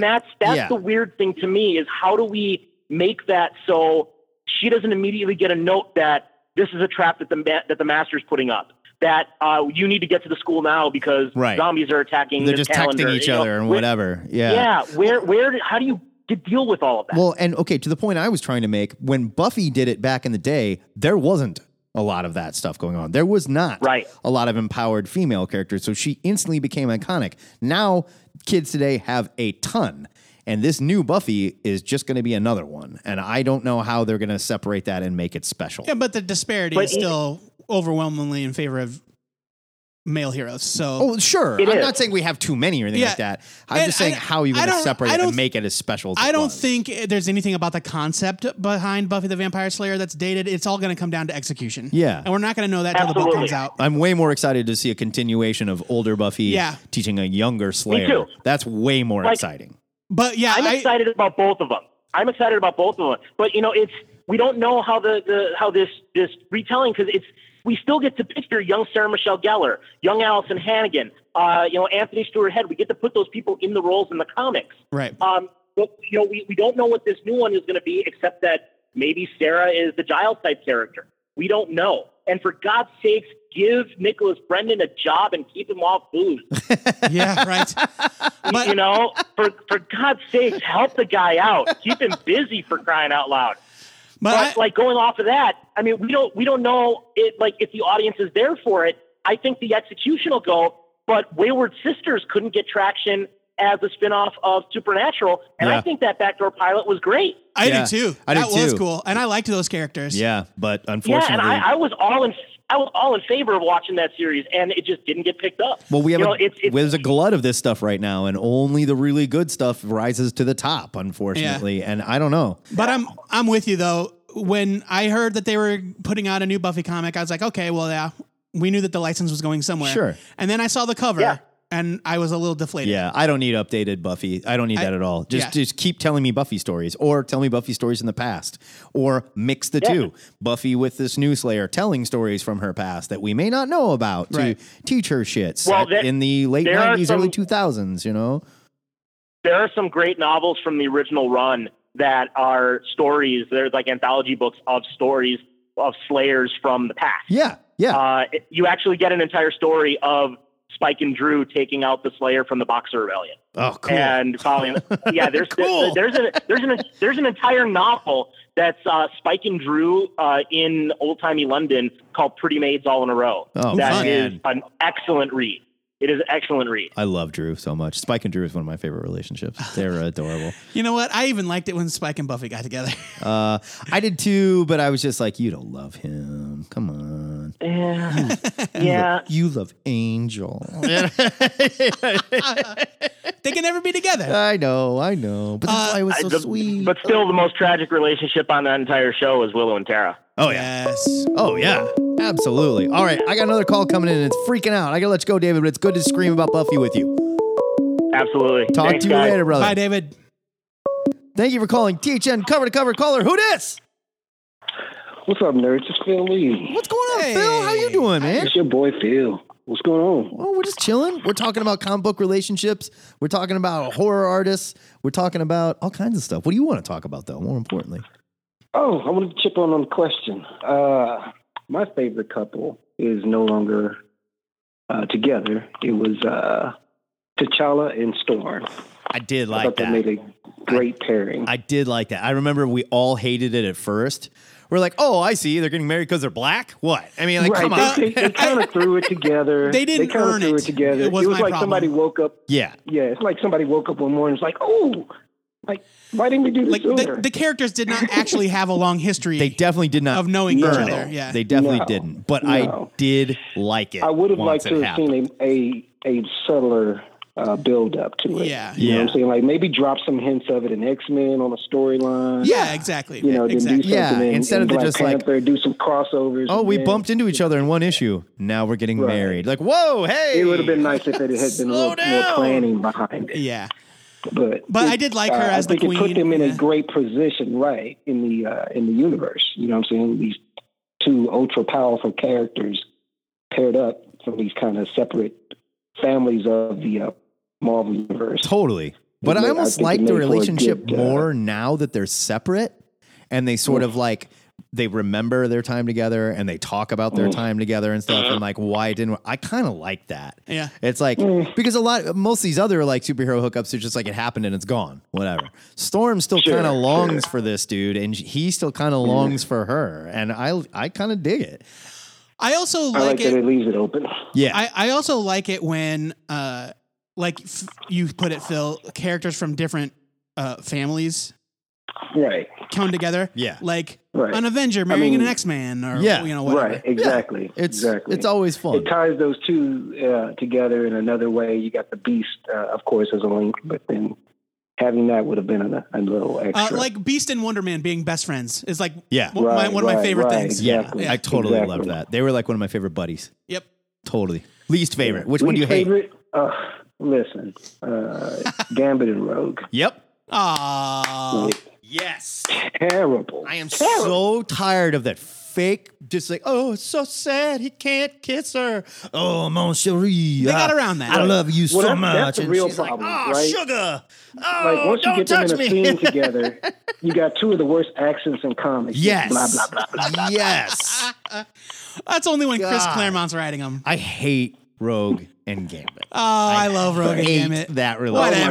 D: No,
B: that's that's
D: yeah.
B: the weird thing to me is how do we make that so she doesn't immediately get a note that this is a trap that the ma- that the master's putting up that uh, you need to get to the school now because
D: Right.
B: zombies are attacking.
D: They're
B: this
D: just texting
B: calendar,
D: each
B: you know?
D: other and
B: Where-
D: whatever. Yeah.
B: Yeah. where where did, how do you d- deal with all of that?
D: Well, and okay, to the point I was trying to make, when Buffy did it back in the day, there wasn't a lot of that stuff going on. There was not
B: Right.
D: a lot of empowered female characters, so she instantly became iconic. Now, kids today have a ton. And this new Buffy is just going to be another one. And I don't know how they're going to separate that and make it special.
E: Yeah, but the disparity
B: But
E: is
B: it-
E: still overwhelmingly in favor of male heroes. So
D: Oh, sure.
B: It
D: I'm
B: is.
D: not saying we have too many or anything
E: Yeah.
D: like that. I'm
E: And
D: just saying
E: I-
D: how you're
E: I
D: going to
E: don't-
D: separate
E: I
D: it and
E: don't-
D: make it as special as
E: I
D: it
E: don't
D: was.
E: think there's anything about the concept behind Buffy the Vampire Slayer that's dated. It's all going to come down to execution.
D: Yeah.
E: and we're not going to know that until the book
B: Absolutely.
E: comes out.
D: I'm way more excited to see a continuation of older Buffy
E: Yeah.
D: teaching a younger Slayer.
B: too.
D: That's way more
B: Like-
D: exciting.
E: But yeah,
B: I'm
E: I-
B: excited about both of them. I'm excited about both of them. But you know, it's we don't know how the, the how this this retelling because it's we still get to picture young Sarah Michelle Gellar, young Allison Hannigan, uh, you know Anthony Stewart Head. We get to put those people in the roles in the comics.
E: right.
B: Um, but you know, we, we don't know what this new one is going to be, except that maybe Sarah is the Giles type character. We don't know. And for God's sakes, give Nicholas Brendan a job and keep him off booze.
E: yeah, right. But
B: you know, for for God's sakes, help the guy out. Keep him busy for crying out loud.
E: but I-
B: But like going off of that, I mean, we don't we don't know it like if the audience is there for it. I think the execution will go, but Wayward Sisters couldn't get traction as a spinoff of Supernatural, and
D: Yeah.
B: I think that backdoor pilot was great.
E: I
D: Yeah,
E: do too.
D: I do
E: that was
D: too.
E: cool, and I liked those characters.
D: Yeah, but
B: Yeah,
D: unfortunately,
B: and I, I was all in I was all in favor of watching that series, and it just didn't get picked up.
D: Well, we have
B: you know,
D: a,
B: it's, it's,
D: there's a glut of this stuff right now, and only the really good stuff rises to the top, unfortunately. And I don't know.
E: But I'm I'm with you though. When I heard that they were putting out a new Buffy comic, I was like, okay, well, yeah, we knew that the license was going somewhere.
D: Sure.
E: And then I saw the cover,
B: Yeah.
E: and I was a little deflated.
D: Yeah, I don't need updated Buffy. I don't need that at all. Just
E: yeah.
D: just keep telling me Buffy stories, or tell me Buffy stories in the past, or mix the two. Buffy with this new Slayer telling stories from her past that we may not know about
E: Right.
D: to teach her shit
B: Well,
D: set
B: there-
D: in the late
B: there are
D: nineties, early
B: some-
D: two thousands. You know,
B: there are some great novels from the original run that are stories. They're like anthology books of stories of slayers from the past.
D: yeah, yeah,
B: Uh, it- you actually get an entire story of Spike and Drew taking out the Slayer from the Boxer Rebellion
D: oh cool,
B: and following. Yeah, there's
D: Cool.
B: there's, a there's an there's an entire novel that's uh, Spike and Drew uh, in old timey London called Pretty Maids All in a Row.
D: Oh,
B: that
D: fun.
B: is an excellent read. It is an excellent read.
D: I love Drew so much. Spike and Drew is one of my favorite relationships. They're adorable.
E: You know what? I even liked it when Spike and Buffy got together.
D: Uh, I did too, but I was just like, you don't love him. Come on.
B: Yeah, yeah.
D: You love Angel.
E: they can never be together.
D: I know, I know. But
E: Uh,
D: that's why it was so
B: the-
D: sweet.
B: But still, the most tragic relationship on that entire show is Willow and Tara.
D: oh, yeah.
E: Yes.
D: Oh, yeah. Absolutely. All right. I got another call coming in. It's freaking out. I got to let you go, David, but it's good to scream about Buffy with you.
B: Absolutely.
D: Talk
B: Thanks,
D: to you
B: guys.
D: later, brother.
E: Bye, David.
D: Thank you for calling THN cover to cover caller. Who dis?
K: What's up, nerds? It's Phil Lee.
D: What's going on, Phil? How you doing, man?
K: It's your boy Phil. What's going on?
D: Oh, we're just chilling. We're talking about comic book relationships. We're talking about horror artists. We're talking about all kinds of stuff. What do you want to talk about, though, more importantly?
K: Oh, I wanted to chip on on the question. Uh, my favorite couple is no longer uh, together. It was uh, T'Challa and Storm.
D: I did
K: I thought they made a great pairing.
D: I did like that. I remember we all hated it at first. We're like, oh, I see. They're getting married because they're black. What? I mean, like,
K: right,
D: come
K: they,
D: on.
K: They, they kind of threw it together.
E: They didn't
K: they kinda
E: earn
K: threw
E: it.
K: it. together.
E: It was
K: it was
E: my
K: like
E: problem.
K: somebody woke up.
D: yeah.
K: Yeah, it's like somebody woke up one morning. and was like, oh, like why didn't we do this
E: Like the,
K: sooner?
E: the characters did not actually have a long history
D: They definitely did not
E: of knowing each
K: No.
E: other. Yeah.
D: They definitely
K: No.
D: didn't. But
K: No.
D: I did like it.
K: I would have liked
D: once
K: to
D: it
K: have
D: happened.
K: seen a a, a subtler uh, build up to it.
E: Yeah.
K: You know what
D: Yeah.
K: I'm saying? Like maybe drop some hints of it in X Men on a storyline.
E: yeah, exactly.
K: You know,
E: exactly.
K: then do something
D: Yeah,
K: in,
D: instead
K: in
D: of the
K: Black
D: just, like-
K: Panther, do some crossovers.
D: Oh,
K: and
D: we
K: then-
D: bumped into each other in one issue. Now we're getting
K: Right.
D: married. Like, whoa, hey.
K: It would have been nice if it had been a
D: Slow
K: little more
D: down.
K: planning behind it.
E: yeah.
K: But
E: But
K: it-
E: I did like
K: uh,
E: her
K: I
E: as the
K: think it
E: queen.
K: put them in
E: Yeah.
K: a great position, right in the uh, in the universe. You know what I'm saying? These two ultra powerful characters paired up from these kind of separate families of the uh, Marvel universe.
D: Totally. But
K: It
D: I
K: made- I
D: almost
K: think it
D: like
K: made
D: the
K: for a good,
D: relationship
K: uh,
D: more now that they're separate and they sort of like they remember their time together and they talk about
K: Mm.
D: their time together and stuff and like why it didn't I kind of like that.
E: Yeah.
D: It's like
K: Mm.
D: because a lot most of these other like superhero hookups are just like it happened and it's gone, whatever. Storm still
K: Sure,
D: kind of
K: sure. Mm.
D: longs for this dude and he still kind of longs for her and I I kind of dig it.
E: I also
K: I like
E: like
K: that
E: it.
K: it leaves it open.
D: Yeah.
E: I, I also like it when, uh, like f- you put it, Phil, characters from different uh, families
K: Right,
E: come together.
D: Yeah.
E: Like
K: Right.
E: an Avenger marrying
K: mean-
E: an X Man or,
D: Yeah.
E: you know, whatever.
K: right, exactly.
D: it's
K: exactly.
D: it's always fun.
K: it ties those two uh, together in another way. You got the Beast, uh, of course, as a link, but then having that would have been a, a little
E: Uh,
K: extra.
E: like Beast and Wonder Man being best friends is like
D: Yeah.
E: one, my,
K: Right,
E: one of my
K: right,
E: favorite
K: right,
E: things.
D: yeah.
K: exactly.
D: I totally
K: Exactly.
D: loved that. They were like one of my favorite buddies.
E: Yep.
D: Totally. Least favorite. Which
K: Least
D: one do you hate?
K: favorite? Uh, listen, uh, Gambit and Rogue.
D: Yep.
E: Aww.
D: Yes.
K: Terrible.
D: I am so tired of that fake, just like, oh, it's so sad he can't kiss her. Oh, mon chéri.
E: They got
D: I-
E: around that.
D: I love you so
K: Well, that's-
D: much.
K: that's the
D: and
K: real
D: she's
K: problem,
E: "Ah,
D: like, oh,
K: right?
D: sugar. Oh,
K: Like once you
D: don't
K: get them
D: touch
K: in a
D: me.
K: scene together, you got two of the worst accents in comics.
D: yes.
K: Blah blah blah.
D: Yes.
E: That's only when Chris
D: God.
E: Claremont's writing them.
D: I hate Rogue and Gambit.
E: Oh, I, love Rogan.
D: hate
E: Damn it.
D: that
E: Whatever.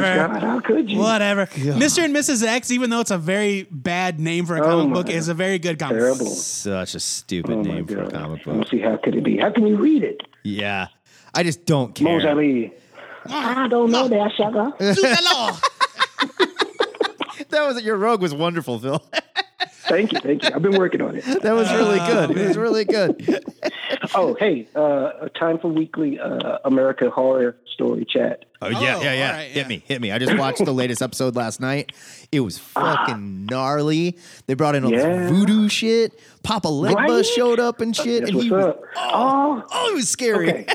D: relationship.
K: Oh God, how could you?
E: Whatever. Mr. and Mrs. X, even though it's a very bad name for a
K: Oh
E: comic
K: my
E: book, is a very good comic.
K: Terrible.
D: Such a stupid
K: Oh my
D: name for a
K: God.
D: comic
K: Let me
D: book.
K: see how could it be? How can you read it?
D: Yeah. I just don't care.
K: Mos Ali. I don't know that, sugar.
E: Do the law.
D: That was your rogue was wonderful, Phil.
K: Thank you, thank you. I've been working on it.
D: That was really good. It was really good.
K: Ah, Oh, hey, uh, time for weekly uh, America Horror Story Chat.
D: Oh yeah,
E: Oh,
D: yeah, yeah.
E: all right,
D: Hit
E: yeah.
D: me, hit me. I just watched the latest episode last night. It was fucking gnarly. They brought in all
K: Ah. Yeah.
D: this voodoo shit. Papa Legba
K: Right?
D: showed up and shit,
K: That's Uh,
D: and
K: what's
D: he was
K: up. Oh,
D: oh, it was scary.
K: Okay.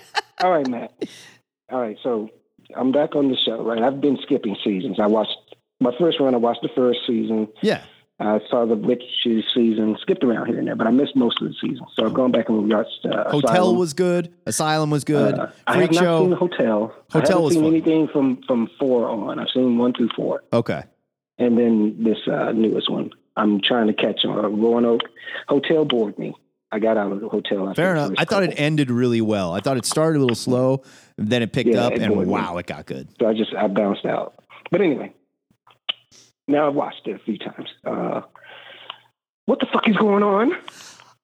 K: All right, Matt. All right, so I'm back on the show, right? I've been skipping seasons. I watched my first run, I watched the first season.
D: Yeah,
K: I saw the witches season, skipped around here and there, but I missed most of the season. So I've gone back and watched uh,
D: Hotel
K: Asylum.
D: was good. Asylum was good.
K: Uh, I have
D: Freak
K: not seen
D: Show.
K: Hotel. I
D: Hotel
K: haven't
D: was
K: seen
D: fun.
K: anything from from four on. I've seen one through four,
D: Okay.
K: and then this uh, newest one. I'm trying to catch on. Roanoke Hotel bored me. I got out of the hotel. after
D: Fair
K: the
D: enough.
K: first
D: I thought it
K: couple.
D: ended really well. I thought it started a little slow, then it picked
K: Yeah,
D: up,
K: it
D: and
K: would.
D: wow, it got good.
K: So I just I bounced out. But anyway, now I've watched it a few times. Uh, what the fuck is going on?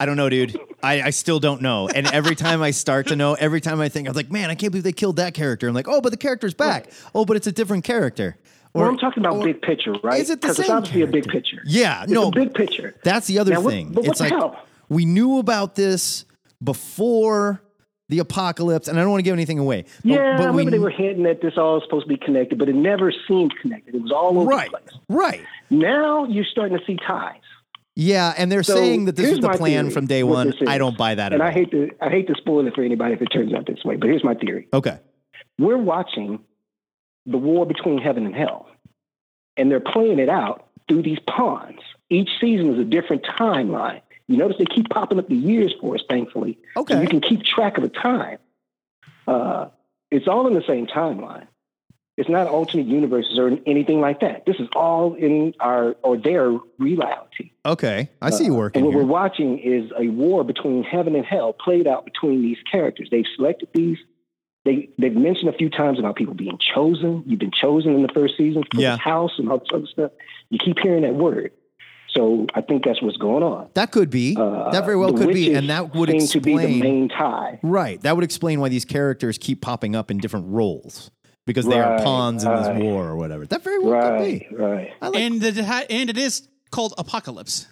D: I don't know, dude. I, I still don't know. And every time I start to know, every time I think, I was like, man, I can't believe they killed that character. I'm like, oh, but the character's back. Oh, but it's a different character.
K: well, I'm talking about
D: or-
K: big picture, right?
D: Is it the
K: Because it's
D: same
K: obviously a big
D: character?
K: picture.
D: Yeah,
K: It's
D: no.
K: a big picture.
D: That's the other
K: Now, what-
D: thing.
K: but what
D: it's
K: the
D: like
K: hell?
D: we knew about this before the apocalypse, and I don't want to give anything away. But,
K: yeah,
D: but
K: I remember
D: we,
K: they were hinting that this all is supposed to be connected, but it never seemed connected. It was all over
D: right,
K: the place.
D: right.
K: Now you're starting to see ties.
D: Yeah, and they're
K: So
D: saying that this
K: here's
D: was the
K: my
D: plan
K: theory,
D: from day
K: what
D: one.
K: this is.
D: I don't buy that
K: And
D: at
K: I
D: all.
K: hate to I hate to spoil it for anybody if it turns out this way, but here's my theory.
D: Okay.
K: We're watching the war between heaven and hell. And they're playing it out through these pawns. Each season is a different timeline. You notice they keep popping up the years for us, thankfully. So
D: Okay.
K: you can keep track of the time. Uh, it's all in the same timeline. It's not alternate universes or anything like that. This is all in our or their reality.
D: Okay. I see you working
K: Uh, And what
D: here.
K: we're watching is a war between heaven and hell played out between these characters. They've selected these. They they've mentioned a few times about people being chosen. You've been chosen in the first season for
D: Yeah.
K: this house and all this other stuff. You keep hearing that word. So I think that's what's going on.
D: That could be.
K: Uh,
D: that very well
K: the
D: could be,
K: witches
D: and that would
K: seem
D: explain.
K: to be the main tie.
D: Right. That would explain why these characters keep popping up in different roles because they are
K: Right,
D: pawns in this
K: right.
D: war or whatever. That very well could
K: Right,
D: be.
K: right.
D: I like.
E: and the deti- and it is called Apocalypse.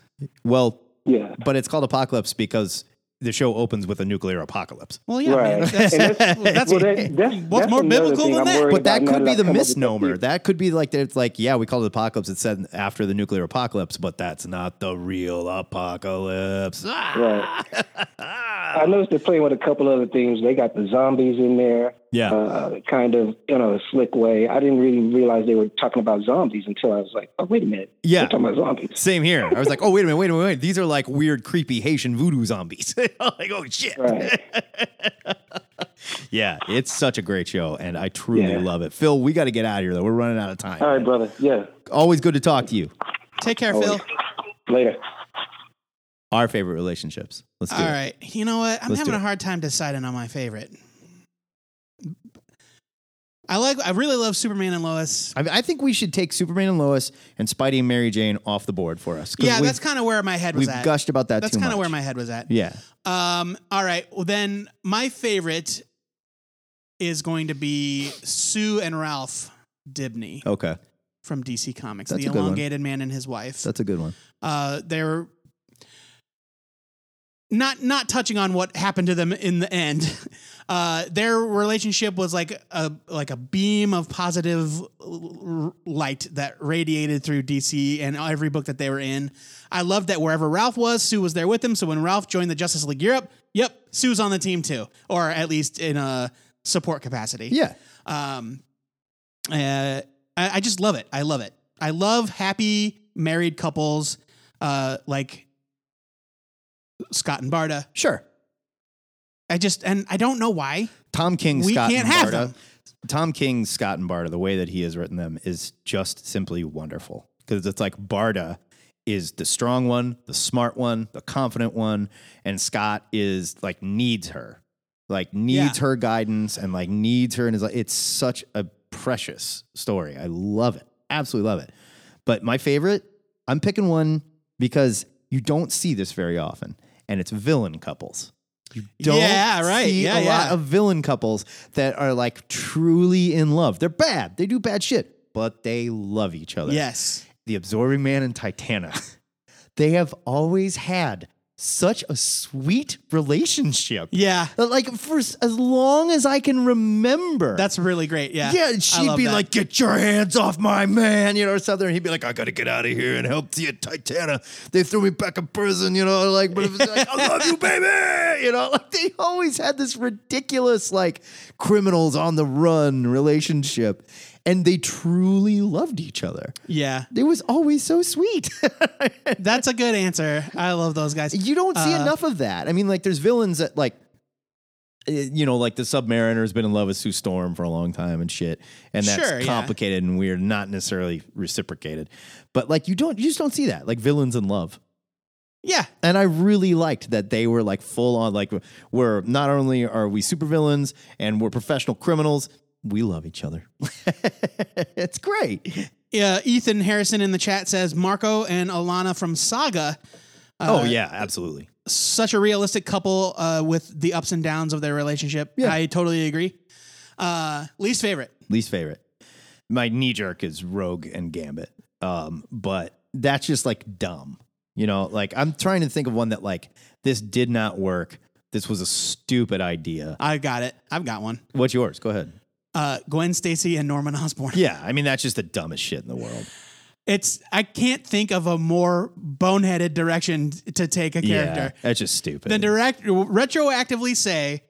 D: well,
K: Yeah.
D: but it's called Apocalypse because the show opens with a nuclear apocalypse.
E: Well, yeah, man,
K: Right.
E: that's,
K: And
E: that's, that's
K: Well, that, that's,
E: What's
K: that's
E: more
K: another
E: biblical
K: thing
E: than
K: I'm
E: that?
K: worried
D: But that
K: about now
D: could be
K: I've
D: the
K: come up with that
D: misnomer.
K: theory.
D: That could be like that. It's like, yeah, we call it apocalypse. It's said after the nuclear apocalypse, but that's not the real apocalypse. Ah!
K: Right. I noticed they're playing with a couple other things. They got the zombies in there,
D: Yeah.
K: uh, kind of in a slick way. I didn't really realize they were talking about zombies until I was like, oh, wait a minute.
D: Yeah.
K: They're talking about zombies.
D: Same here. I was like, oh wait a minute, wait a minute, wait. These are like weird, creepy Haitian voodoo zombies. like, oh shit.
K: Right.
D: Yeah, it's such a great show, and I truly
K: Yeah.
D: love it. Phil, we got to get out of here though. We're running out of time.
K: All right, brother. Yeah.
D: Always good to talk to you.
E: take care, Phil.
K: Later.
D: Our favorite relationships. Let's do
E: All
D: it.
E: right, you know what? I'm
D: Let's
E: having
D: do
E: a
D: it.
E: hard time deciding on my favorite. I like. I really love Superman and Lois.
D: I, mean, I think we should take Superman and Lois and Spidey and Mary Jane off the board for us. 'cause
E: Yeah,
D: we've-
E: that's kind of where my head was
D: we've
E: at.
D: gushed about that.
E: that's
D: too
E: kind of
D: much.
E: where my head was at.
D: yeah.
E: Um. All right. Well, then my favorite is going to be Sue and Ralph Dibney
D: Okay,
E: from DC Comics,
D: Oh. That's
E: the
D: a good one.
E: elongated man and his wife.
D: that's a good one.
E: uh, they're not not touching on what happened to them in the end. Uh, their relationship was like a like a beam of positive l- light that radiated through DC and every book that they were in. I loved that wherever Ralph was, Sue was there with him. So when Ralph joined the Justice League Europe, yep, Sue's on the team too, or at least in a support capacity.
D: Yeah,
E: Um, uh, I, I just love it. I love it. I love happy married couples, uh, like Scott and Barda.
D: sure.
E: I just and I don't know why.
D: Tom King,
E: We
D: Scott,
E: can't
D: and
E: have
D: Barda.
E: them.
D: Tom King's Scott and Barda, the way that he has written them is just simply wonderful because it's like Barda is the strong one, the smart one, the confident one, and Scott is like needs her, like needs
E: Yeah.
D: her guidance and like needs her, and is like it's such a precious story. I love it, absolutely love it. But my favorite, I'm picking one because you don't see this very often, and it's villain couples. You don't
E: Yeah, right.
D: see a
E: Yeah,
D: lot
E: yeah.
D: of villain couples that are like truly in love. They're bad. They do bad shit, but they love each other.
E: Yes.
D: The Absorbing Man and Titana. they have always had such a sweet relationship.
E: Yeah.
D: But, Like for s- as long as I can remember.
E: That's really great. Yeah.
D: yeah,
E: I
D: and she'd
E: love
D: be
E: that.
D: like, "Get your hands off my man," you know, or something. And he'd be like, "I gotta get out of here and help the Titana. They threw me back in prison, you know." Like, but it was like, "I love you, baby," you know. Like they always had this ridiculous, like, criminals on the run relationship, and they truly loved each other.
E: yeah.
D: It was always so sweet.
E: That's a good answer. I love those guys.
D: you don't see
E: Uh,
D: enough of that. I mean, like there's villains that like eh, you know, like the Submariner's been in love with Sue Storm for a long time and shit, and that's
E: Sure, yeah.
D: complicated and weird, not necessarily reciprocated. But like you don't, you just don't see that, like villains in love.
E: Yeah.
D: And I really liked that they were like full on, like we're not only are we supervillains and we're professional criminals, we love each other. it's great.
E: Yeah. Ethan Harrison in the chat says Marco and Alana from Saga. Uh,
D: oh yeah, absolutely.
E: such a realistic couple uh, with the ups and downs of their relationship.
D: Yeah.
E: I totally agree. Uh, least favorite.
D: least favorite. My knee jerk is Rogue and Gambit. Um, but that's just like dumb. You know, like I'm trying to think of one that like this did not work. This was a stupid idea.
E: I got it. I've got one.
D: What's yours? Go ahead.
E: Uh, Gwen Stacy and Norman Osborn.
D: Yeah, I mean that's just the dumbest shit in the world.
E: It's I can't think of a more boneheaded direction to take a
D: Yeah,
E: character
D: that's just stupid.
E: than direct retroactively say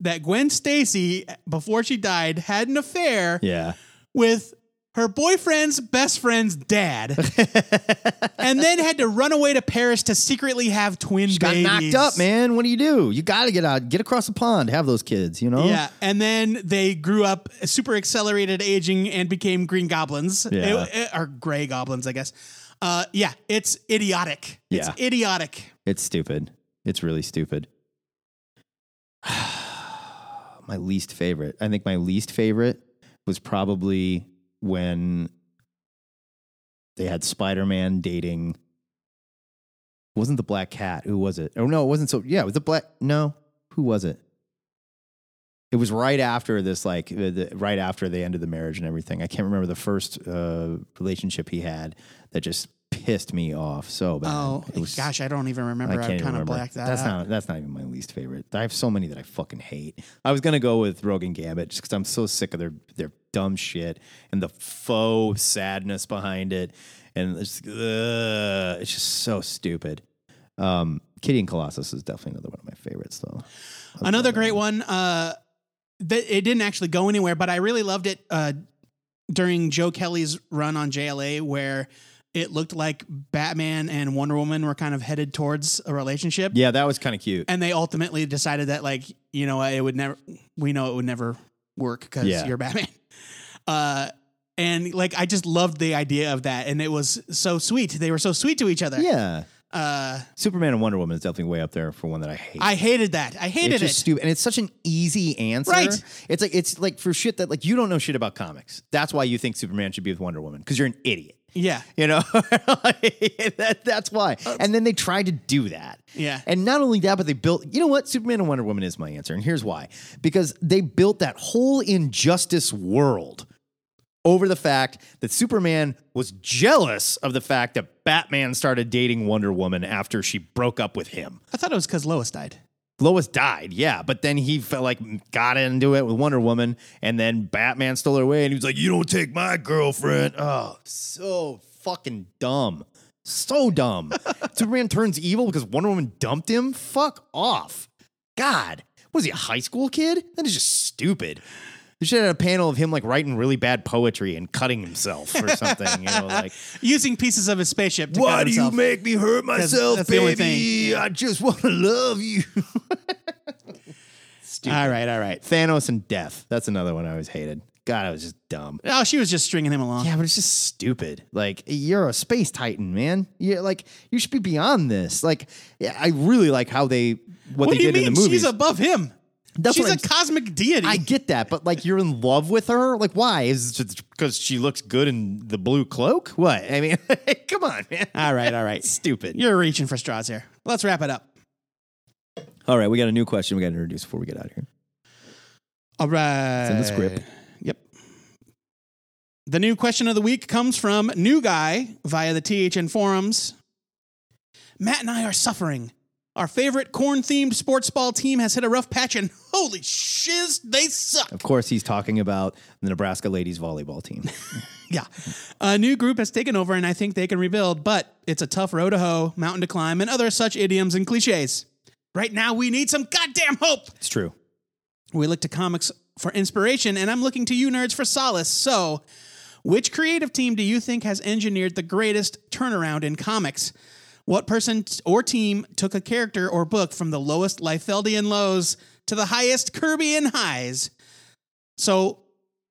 E: that Gwen Stacy before she died had an affair
D: yeah,
E: with her boyfriend's best friend's dad, and then had to run away to Paris to secretly have twin
D: got
E: babies.
D: knocked up, man. What do you do? You got to get out, get across the pond, have those kids. You know?
E: Yeah, and then they grew up super accelerated aging and became green goblins.
D: Yeah.
E: It- it- or gray goblins, I guess. Uh, yeah, it's idiotic.
D: Yeah.
E: It's idiotic.
D: It's stupid. It's really stupid. my least favorite. I think my least favorite was probably when they had Spider Man dating. Wasn't the Black Cat? Who was it? Oh no, it wasn't. So yeah, it was the Black. No, who was it? It was right after this, like the, the, right after they ended the marriage and everything. I can't remember the first uh, relationship he had that just pissed me off so bad.
E: Oh,
D: It was-
E: gosh, I don't even remember.
D: I
E: I
D: can't
E: have
D: even
E: kind of
D: remember.
E: blacked that
D: that's
E: out.
D: not that's not even my least favorite. I have so many that I fucking hate. I was gonna go with Rogan Gambit just because I'm so sick of their their dumb shit and the faux sadness behind it, and it's ugh, it's just so stupid. Um, Kitty and Colossus is definitely another one of my favorites though.
E: Another great one. Uh, that it didn't actually go anywhere, but I really loved it uh, during Joe Kelly's run on JLA, where it looked like Batman and Wonder Woman were kind of headed towards a relationship.
D: Yeah, that was kind of cute.
E: and they ultimately decided that like you know it would never we know it would never work because
D: Yeah.
E: you're batman uh and like i just loved the idea of that and it was so sweet they were so sweet to each other
D: Yeah,
E: uh
D: Superman and Wonder Woman is definitely way up there for one that I hate.
E: i hated that i hated
D: it's just
E: it
D: stupid, and it's such an easy answer.
E: Right.
D: It's like it's like for shit that like you don't know shit about comics. That's why you think Superman should be with Wonder Woman because you're an idiot.
E: yeah
D: You know, that, that's why. And then they tried to do that.
E: Yeah.
D: And not only that, but they built, you know what? Superman and Wonder Woman is my answer. And here's why because they built that whole injustice world over the fact that Superman was jealous of the fact that Batman started dating Wonder Woman after she broke up with him.
E: i thought it was because lois died
D: Lois died, yeah, but then he felt like got into it with Wonder Woman, and then Batman stole her away, and he was like, "You don't take my girlfriend." Oh, so fucking dumb, so dumb. Superman turns evil because Wonder Woman dumped him. Fuck off, God. Was he a high school kid? That is just stupid. They should have had a panel of him like writing really bad poetry and cutting himself or something. you know, like
E: using pieces of his spaceship to cut himself.
D: make me hurt
E: that's the only
D: I just want to love you.
E: all right all right
D: Thanos and death. That's another one I always hated. God, I was just dumb.
E: oh she was just stringing him along
D: Yeah, but it's just stupid. Like you're a space titan, man. You're like you should be beyond this. Like yeah, I really like how they what,
E: what
D: they
E: do you
D: did
E: mean
D: in the movies.
E: she's above him
D: That's
E: she's
D: what
E: a
D: I'm-
E: cosmic deity
D: I get that, but like you're in love with her. Like why? Is it because she looks good in the blue cloak? What? I mean, come on, man.
E: all right all right
D: Stupid.
E: you're reaching for straws here let's wrap it up
D: All right, we got a new question we got to introduce before we get out of here.
E: All right.
D: in the script.
E: Yep. The new question of the week comes from New Guy via the THN forums. Matt and I are suffering. Our favorite corn themed sports ball team has hit a rough patch, and holy shiz, they suck.
D: Of course, he's talking about the Nebraska ladies volleyball team.
E: Yeah. A new group has taken over, and I think they can rebuild, but it's a tough road to hoe, mountain to climb, and other such idioms and cliches. Right now, we need some goddamn hope.
D: It's true.
E: We look to comics for inspiration, and I'm looking to you nerds for solace. So, which creative team do you think has engineered the greatest turnaround in comics? What person t- or team took a character or book from the lowest Liefeldian lows to the highest Kirbian highs? So,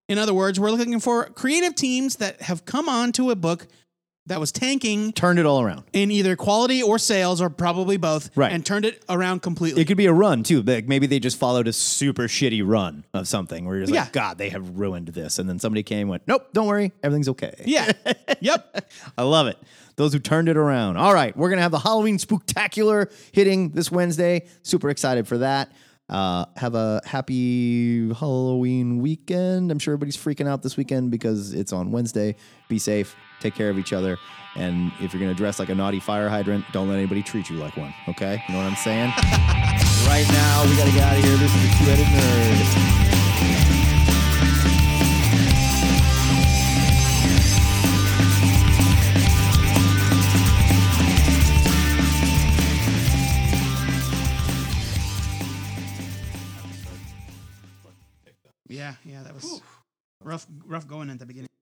E: in other words, we're looking for creative teams that have come on to a book that was tanking
D: Turned it all around.
E: in either quality or sales, or probably both,
D: Right.
E: and turned it around completely.
D: It could be a run too. Like maybe they just followed a super shitty run of something where you're just
E: Yeah.
D: like, God, they have ruined this. And then somebody came and went, Nope, don't worry, everything's okay.
E: yeah. yep.
D: I love it. Those who turned it around. All right, we're gonna have the Halloween spooktacular hitting this Wednesday. Super excited for that. Uh, have a happy Halloween weekend. I'm sure everybody's freaking out this weekend because it's on Wednesday. Be safe. Take care of each other. And if you're gonna dress like a naughty fire hydrant, don't let anybody treat you like one. Okay? You know what I'm saying? right now, we gotta get out of here. This is the Two-Headed Nerd.
E: Yeah, yeah, that was rough, rough going at the beginning.